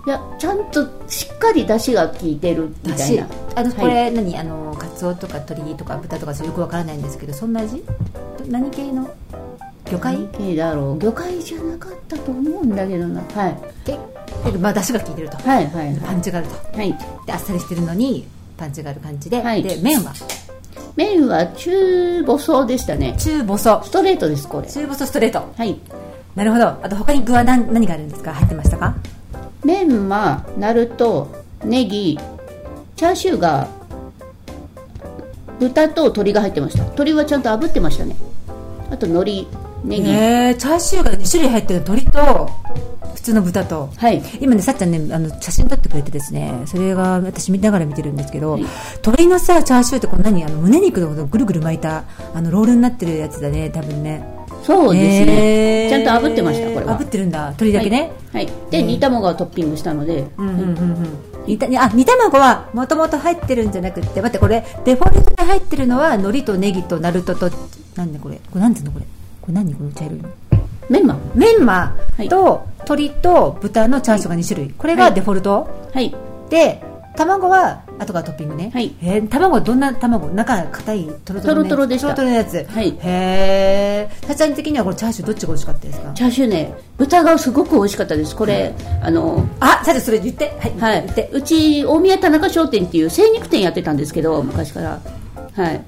G: いやちゃんとしっかり出汁が効いてるみたいな
A: あの
G: はい
A: これ何あのカツオとか鶏とか豚とかそうよくわからないんですけどそんな味ど何系の魚介
G: 何系だろう魚介じゃなかったと思うんだけどなはい
A: 系けどまあ出汁が効いてると
G: はいはい
A: パンチがあると
G: はい
A: であっさりしてるのにパンチがある感じで、
G: はい
A: で麺は
G: 麺は中細でしたね
A: 中細
G: ストレートですこれ
A: 中細ストレート
G: はい
A: なるほどあと他に具は何何があるんですか入ってましたか
G: メンマナルトネギチャーシューが豚と鶏が入ってました鶏はちゃんと炙ってましたねあと海苔ネギ、
A: えー、チャーシューが2種類入ってる鶏と普通の豚と
G: はい
A: 今ねさっちゃんねあの写真撮ってくれてですねそれが私見ながら見てるんですけど、
G: はい
A: 鶏のさチャーシューってこんなにあの胸肉のことをぐるぐる巻いたあのロールになってるやつだね多分ね
G: そうですね、
A: へー
G: ちゃんと炙ってましたこれは
A: 炙ってるんだ鶏だけね、
G: はい、はいで煮卵をトッピングしたので、
A: 煮たあ煮卵はもともと入ってるんじゃなくって待ってこれデフォルトで入ってるのは海苔とネギとナルトとなんでこれこれなんていうのこれこれ何この茶色いの
G: メンマ
A: メンマ
G: はい
A: と鶏と豚のチャーシューが2種類、これがデフォルト、
G: はい
A: で卵は後からトッピングね、
G: はい
A: えー卵はどんな卵中硬いトロトロのやつ
G: トロトロでし
A: ト
G: た
A: ロトロのやつ、
G: はい
A: へえさちゃん的にはこれチャーシューどっちが美味しかったですか
G: チャーシューね豚がすごく美味しかったですこれ、あの
A: あさちゃんそれ言ってはい、
G: はい
A: 言って、
G: うち大宮田中商店っていう精肉店やってたんですけど昔からはい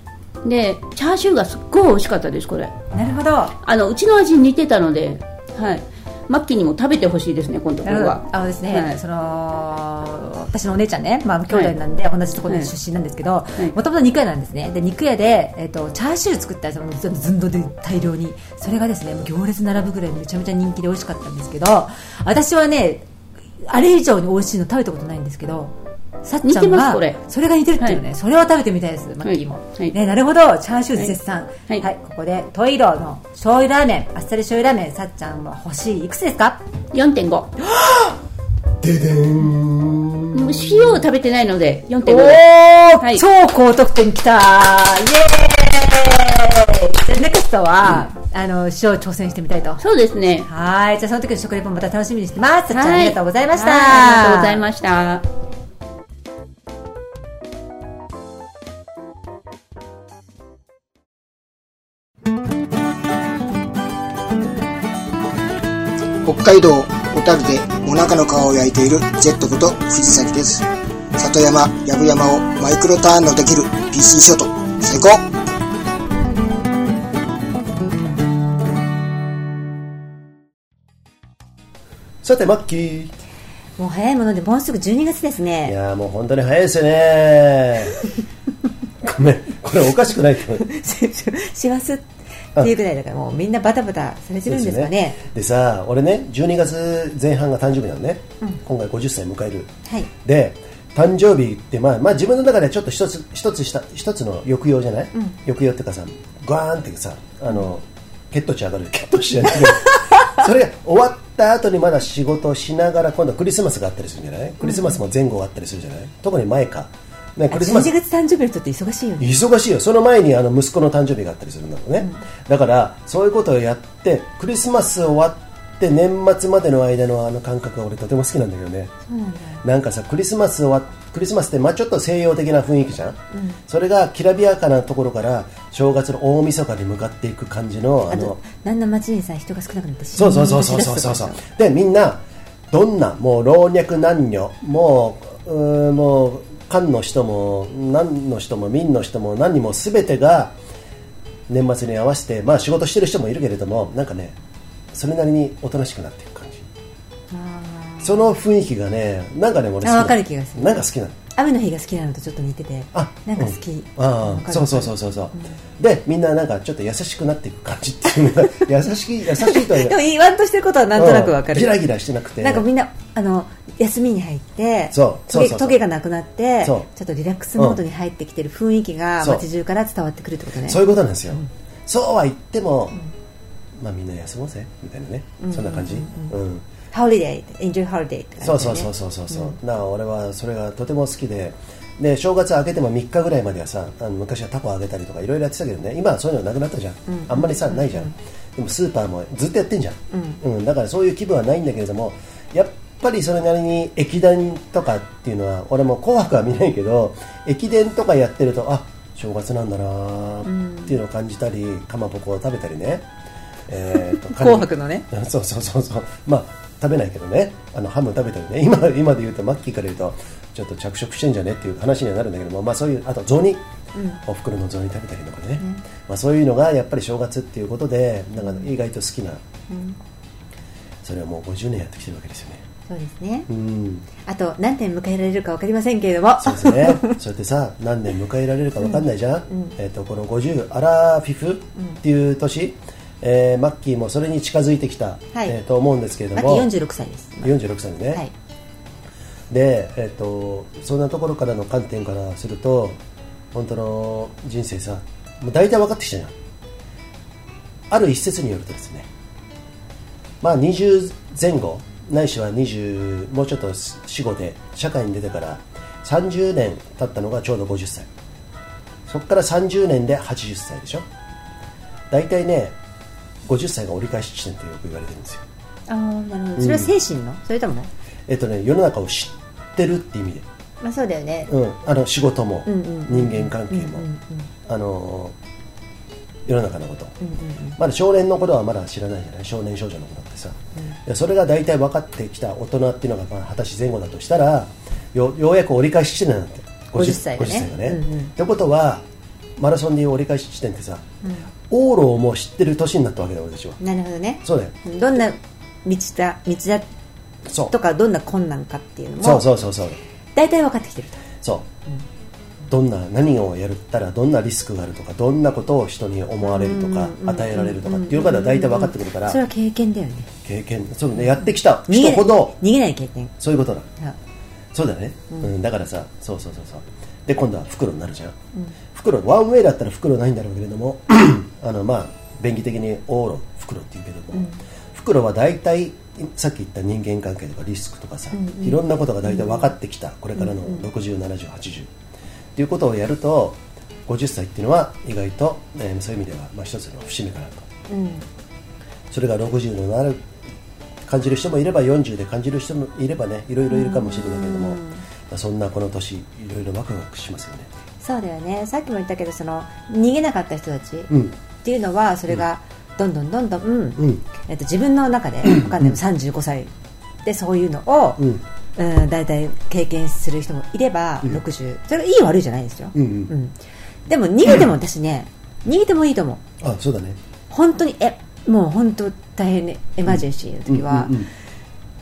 G: でチャーシューがすっごい美味しかったですこれ
A: なるほど
G: あのうちの味に似てたのではいマッキーにも食べてほしいですね今度こ
A: な
G: れ
A: るほ
G: は
A: どあのですね、
G: はい
A: その私のお姉ちゃんね、まあ、兄弟なんで、同じところで出身なんですけど
G: い
A: もともと肉屋なんですねで肉屋で、えっとチャーシュー作ったんですよずんどで大量にそれがですねもう行列並ぶぐらいめちゃめちゃ人気で美味しかったんですけど私はねあれ以上に美味しいの食べたことないんですけどさっち
G: 似
A: ゃ
G: て
A: ん
G: ます
A: が
G: これ
A: それが似てるっていうね、
G: はい
A: それは食べてみたいですマッキーも、
G: はい
A: ね、なるほどチャーシュー絶賛は、
G: はいい
A: ここでトイロの醤油ラーメンあっさり醤油ラーメンさっちゃんは欲しいいくつですか
G: 4.5もう塩を食べてないので4.5で
A: おー、
G: はい
A: 超高得点きたイエーイじゃあネクストは、あの塩を挑戦してみたいとは
G: そうですね
A: ーいじゃあその時の食レポもまた楽しみにしてます、さっちゃん
G: はい
A: ありがとうございました、
G: はいありがとうございました
H: 北海道小樽でもなかの皮を焼いている Z こと藤崎です里山やぶ山をマイクロターンのできる PC ショート最高
B: さてマッキー
A: もう早いものでもうすぐ12月です
B: い
A: ね
B: やーもう本当に早いです よねごめんこれおかしくないと思う
A: 師走っていうぐらいだからもうみんなバタバタされてるんですかね
B: でさ俺ね12月前半が誕生日なのね、今回50歳迎える
A: はい
B: で誕生日って、まあまあ、自分の中ではちょっと一つ一つした一つの抑揚じゃない、抑揚っていうかさガーンってさあの、血糖値上がる血糖値じゃない それが終わった後にまだ仕事をしながら今度クリスマスがあったりするんじゃないクリスマスも前後があったりするじゃない、特に前か、ね、クリスマス
A: 12月誕生日の人って忙しいよね
B: 忙しいよその前にあの息子の誕生日があったりするんだろうね、だからそういうことをやってクリスマス終わって年末までの間のあの感覚が俺とても好きなんだけどねなんかさクリスマス終わっクリスマスってまあちょっと西洋的な雰囲気じゃん、それがきらびやかなところから正月の大晦日に向かっていく感じのあ
A: あ
B: の
A: と何の街にさ人が少なくなって
B: そうそうそうそうそうそうそうでみんなどんなもう老若男女もううーもう官の人も何の人も民の人も何も全てが年末に合わせてまあ仕事してる人もいるけれどもなんかねそれなりにおとなしくなっていく感じその雰囲気がねなんかね俺好きなの
A: あわかる気がする
B: なんか好きなの
A: 雨の日が好きなのとちょっと似てて
B: あ
A: なんか好き、
B: うんあ
A: わか
B: あ
A: る
B: そうそうそうそうそう、でみんななんかちょっと優しくなっていく感じっていうのが優しい優しいとは言う
A: でも言わんとしてることはなんとなくわかる、
B: うんギラギラしてなくて
A: なんかみんなあの休みに入って
B: そう
A: トゲ
B: そうそうそう
A: トゲがなくなってち
B: そ
A: ょ
B: う
A: っとリラックスモードに入ってきてる雰囲気が
B: そう
A: 街中から伝わってくるってことね
B: そういうことなんですよ、そうは言っても、まあみんな休もうぜみたいなね、そんな感じ、うん、
A: ハリデーエンジョイハリデーって感じ
B: そ
A: だ
B: う
A: ね
B: そうそうそうそうそう、だから俺はそれがとても好きでで正月明けても3日ぐらいまではさあの昔はタコあげたりとかいろいろやってたけどね今はそういうのなくなったじゃん、あんまりさないじゃん、でもスーパーもずっとやってんじゃん、うんだからそういう気分はないんだけれどもやっぱりそれなりに駅伝とかっていうのは俺も「紅白」は見ないけど駅伝とかやってるとあ正月なんだなーっていうのを感じたり、かまぼこを食べたりね、えーと
A: 紅白のね
B: うん そうそうそうそうまあ食べないけどねあのハム食べたりね今今で言うとマッキーから言うとちょっと着色してんじゃねっていう話にはなるんだけども、まあ、そういうあと雑煮、お袋の雑煮食べたりとかね、まあ、そういうのがやっぱり正月っていうことでなんか意外と好きな、それはもう50年やってきてるわけですよね
A: そうですね
B: うん
A: あと何点迎えられるか分かりませんけれども
B: そ うですねそうやってさ何年迎えられるか分かんないじゃん、えっとこの50アラフィフっていう年、えーマッキーもそれに近づいてきた、
A: はい
B: えーと思うんですけれど
A: マキ
B: も
A: 46歳です
B: 46歳でね、
A: はい
B: で、えっとそんなところからの観点からすると本当の人生さもう大体分かってきたじゃんある一説によるとですねまあ20前後ないしは20もうちょっと死後で社会に出てから30年経ったのがちょうど50歳そこから30年で80歳でしょ大体ね50歳が折り返し地点ってよく言われてるんですよ
A: ああなるほどそれは精神の、それとも
B: えっとね世の中を知ってるって意味で
A: まあそうだよね、
B: うん、あの仕事も
A: ん
B: 人間関係もあの世の中のこと、まだ少年の頃はまだ知らないじゃない少年少女のことってさ、でそれが大体分かってきた大人っていうのがまあ二十歳前後だとしたらよようやく折り返し地点なんて
A: 50歳がね
B: 50歳がね、
A: うんうん
B: ってことはマラソンでいう折り返し地点ってさ、往路をもう知ってる年になったわけだよ俺たちは
A: なるほどね
B: そうだよ
A: どんな道だ道
B: そ
A: だ
B: う
A: とかどんな困難かっていうの
B: そう
A: も
B: そうそうそう
A: 大体分かってきてると
B: そう、どんな何をやったらどんなリスクがあるとかどんなことを人に思われるとか与えられるとかっていう方は大体分かってくるから
A: それは経験だよね
B: 経験そう、ね、やってきた
A: 逃げ
B: 人
A: ない
B: ほど
A: 逃げない経験
B: そういうことだ
A: あ
B: そうだね、うんだからさそうそうそうそうで今度は袋になるじゃん、袋ワンウェイだったら袋ないんだろうけれども あのまあ便宜的に往路袋っていうけども、袋は大体さっき言った人間関係とかリスクとかさ、いろんなことが大体分かってきた、これからの607080っていうことをやると50歳っていうのは意外と、えーそういう意味では、まあ、一つの節目かなと、それが60のなる感じる人もいれば40で感じる人もいればねいろいろいるかもしれないけれども、そんなこの年いろいろワクワクしますよね
A: そうだよねさっきも言ったけどその逃げなかった人たちっ
B: うん
A: ていうのはそれがどんどんどんどん、うん
B: うん
A: えっと、自分の中でわかんない35歳でそういうのを、
B: うん
A: うん、大体経験する人もいれば60、それがいい悪いじゃないですよ、
B: うんうん
A: うんでも逃げても私ね、逃げてもいいと思う
B: あそうだね
A: 本当にえもう本当大変ねエマージェンシーの時は、
B: うんうん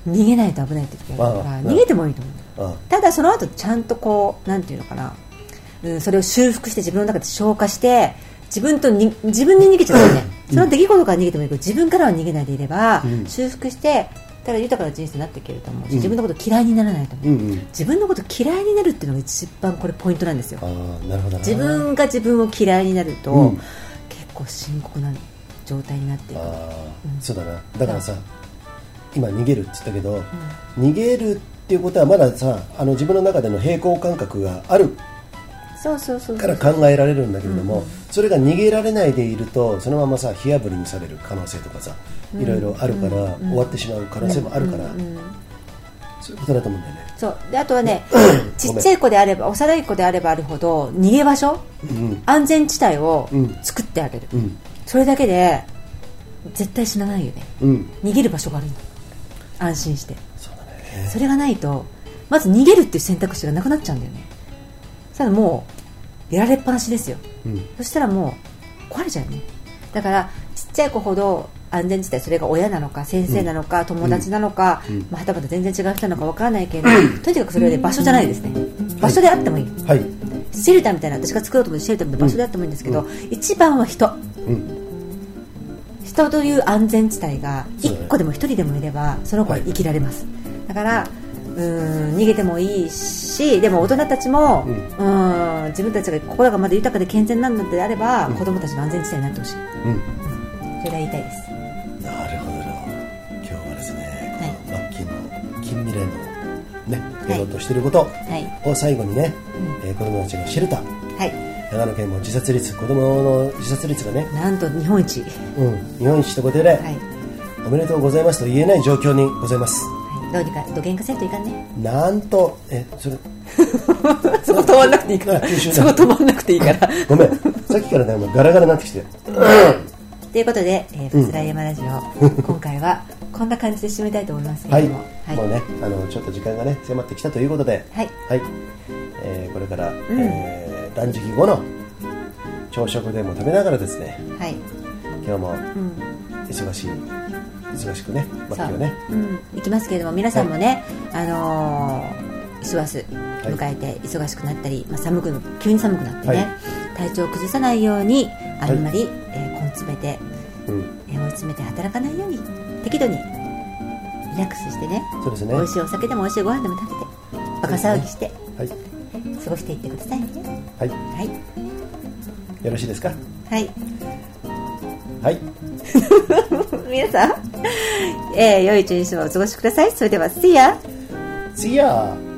A: 逃げないと危ない時があるから
B: ああ
A: 逃げてもいいと思う
B: あ
A: ただその後ちゃんとこうなんていうのかな、うん、それを修復して自分の中で消化して自分とに自分に逃げちゃうよね、その出来事から逃げてもいいけど自分からは逃げないでいれば、
B: ん
A: 修復してただ豊かな人生になっていけると思うし、自分のこと嫌いにならないと思う、
B: うんうん
A: 自分のこと嫌いになるっていうのが一番これポイントなんですよ
B: あーなるほどな
A: 自分が自分を嫌いになると、
B: うん
A: 結構深刻な状態になっていく
B: あーそうだなだからさ今逃げるって言ったけど、逃げるっていうことはまださあの自分の中での平衡感覚がある
A: そうそうそう
B: か
A: そう
B: ら考えられるんだけれども、それが逃げられないでいるとそのままさ火あぶりにされる可能性とかさいろいろあるから、終わってしまう可能性もあるから、そういうことだと思うんだよね
A: そうであとはね ちっちゃい子であれば幼い子であればあるほど逃げ場所、安全地帯を
B: ん
A: 作ってあげる、
B: ん
A: それだけで絶対死なないよね
B: うん
A: 逃げる場所があるんだ安心してそうだ、ね、それがないとまず逃げるっていう選択肢がなくなっちゃうんだよねただもうやられっぱなしですよ、そしたらもう壊れちゃうよねだからちっちゃい子ほど安全地帯それが親なのか先生なのか、友達なのか、まあ、はたまた全然違う人なのかわからないけれど、とにかくそれは、ね、場所じゃないですね場所であってもいい、
B: はい
A: シェルターみたいな私が作ろうと思うシェルターみたいな場所であってもいいんですけど、一番は人、人という安全地帯が
B: そうだね
A: 1個でも1人でもいればその子は生きられます、だからうーん逃げてもいいしでも大人たちも、うーん、自分たちが心がまだ豊かで健全なんだってあれば、子供たちの安全地帯になってほしい、それが言いたいです
B: ね、やろうとしていること
A: い
B: を最後にね、えー子供たちのシェルター、
A: はい
B: 長野県も自殺率、子供の自殺率がね、
A: なんと日本一、
B: うん、日本一ということで、
A: はい
B: おめでとうございますと言えない状況にございます。
A: はい、どうにかどげんかせんといかん ね
B: なんと、え、それ、
A: そこ止まんなくていいから
B: あ一緒だ
A: そこ止まんなくていいから
B: ごめん、さっきからね、もうガラガラになってきて、
A: ということで、えー、ふつらい山ラ ジオ、今回はこんな感じで締めたいと思いますけ
B: は
A: れ
B: い、
A: ども、
B: もうね、あの、ちょっと時間がね、迫ってきたということで、
A: はい
B: えーこれから、えー断食後の朝食でも食べながらですね、
A: はい、
B: 今日も
A: うん
B: 忙しい、忙しくね、ま
A: そ
B: あ、
A: う、
B: 今日ね、
A: うん、行きますけれども皆さんもね、あのー、師走
B: い
A: 迎えて忙しくなったり、まあ、寒く急に寒くなってね、
B: はい
A: 体調を崩さないようにあんまり、
B: は
A: えー根詰めて、
B: うん、
A: えー追い詰めて働かないように適度にリラックスしてね
B: そうですね
A: 美、味しいお酒でも美味しいご飯でも食べてバカ騒ぎして
B: はい、
A: 過ごしていってくださいね
B: はい、
A: はい
B: よろしいですか
A: はい
B: はい、
A: 皆さん、えー、良い一日をお過ごしくださいそれでは See ya!
B: See ya!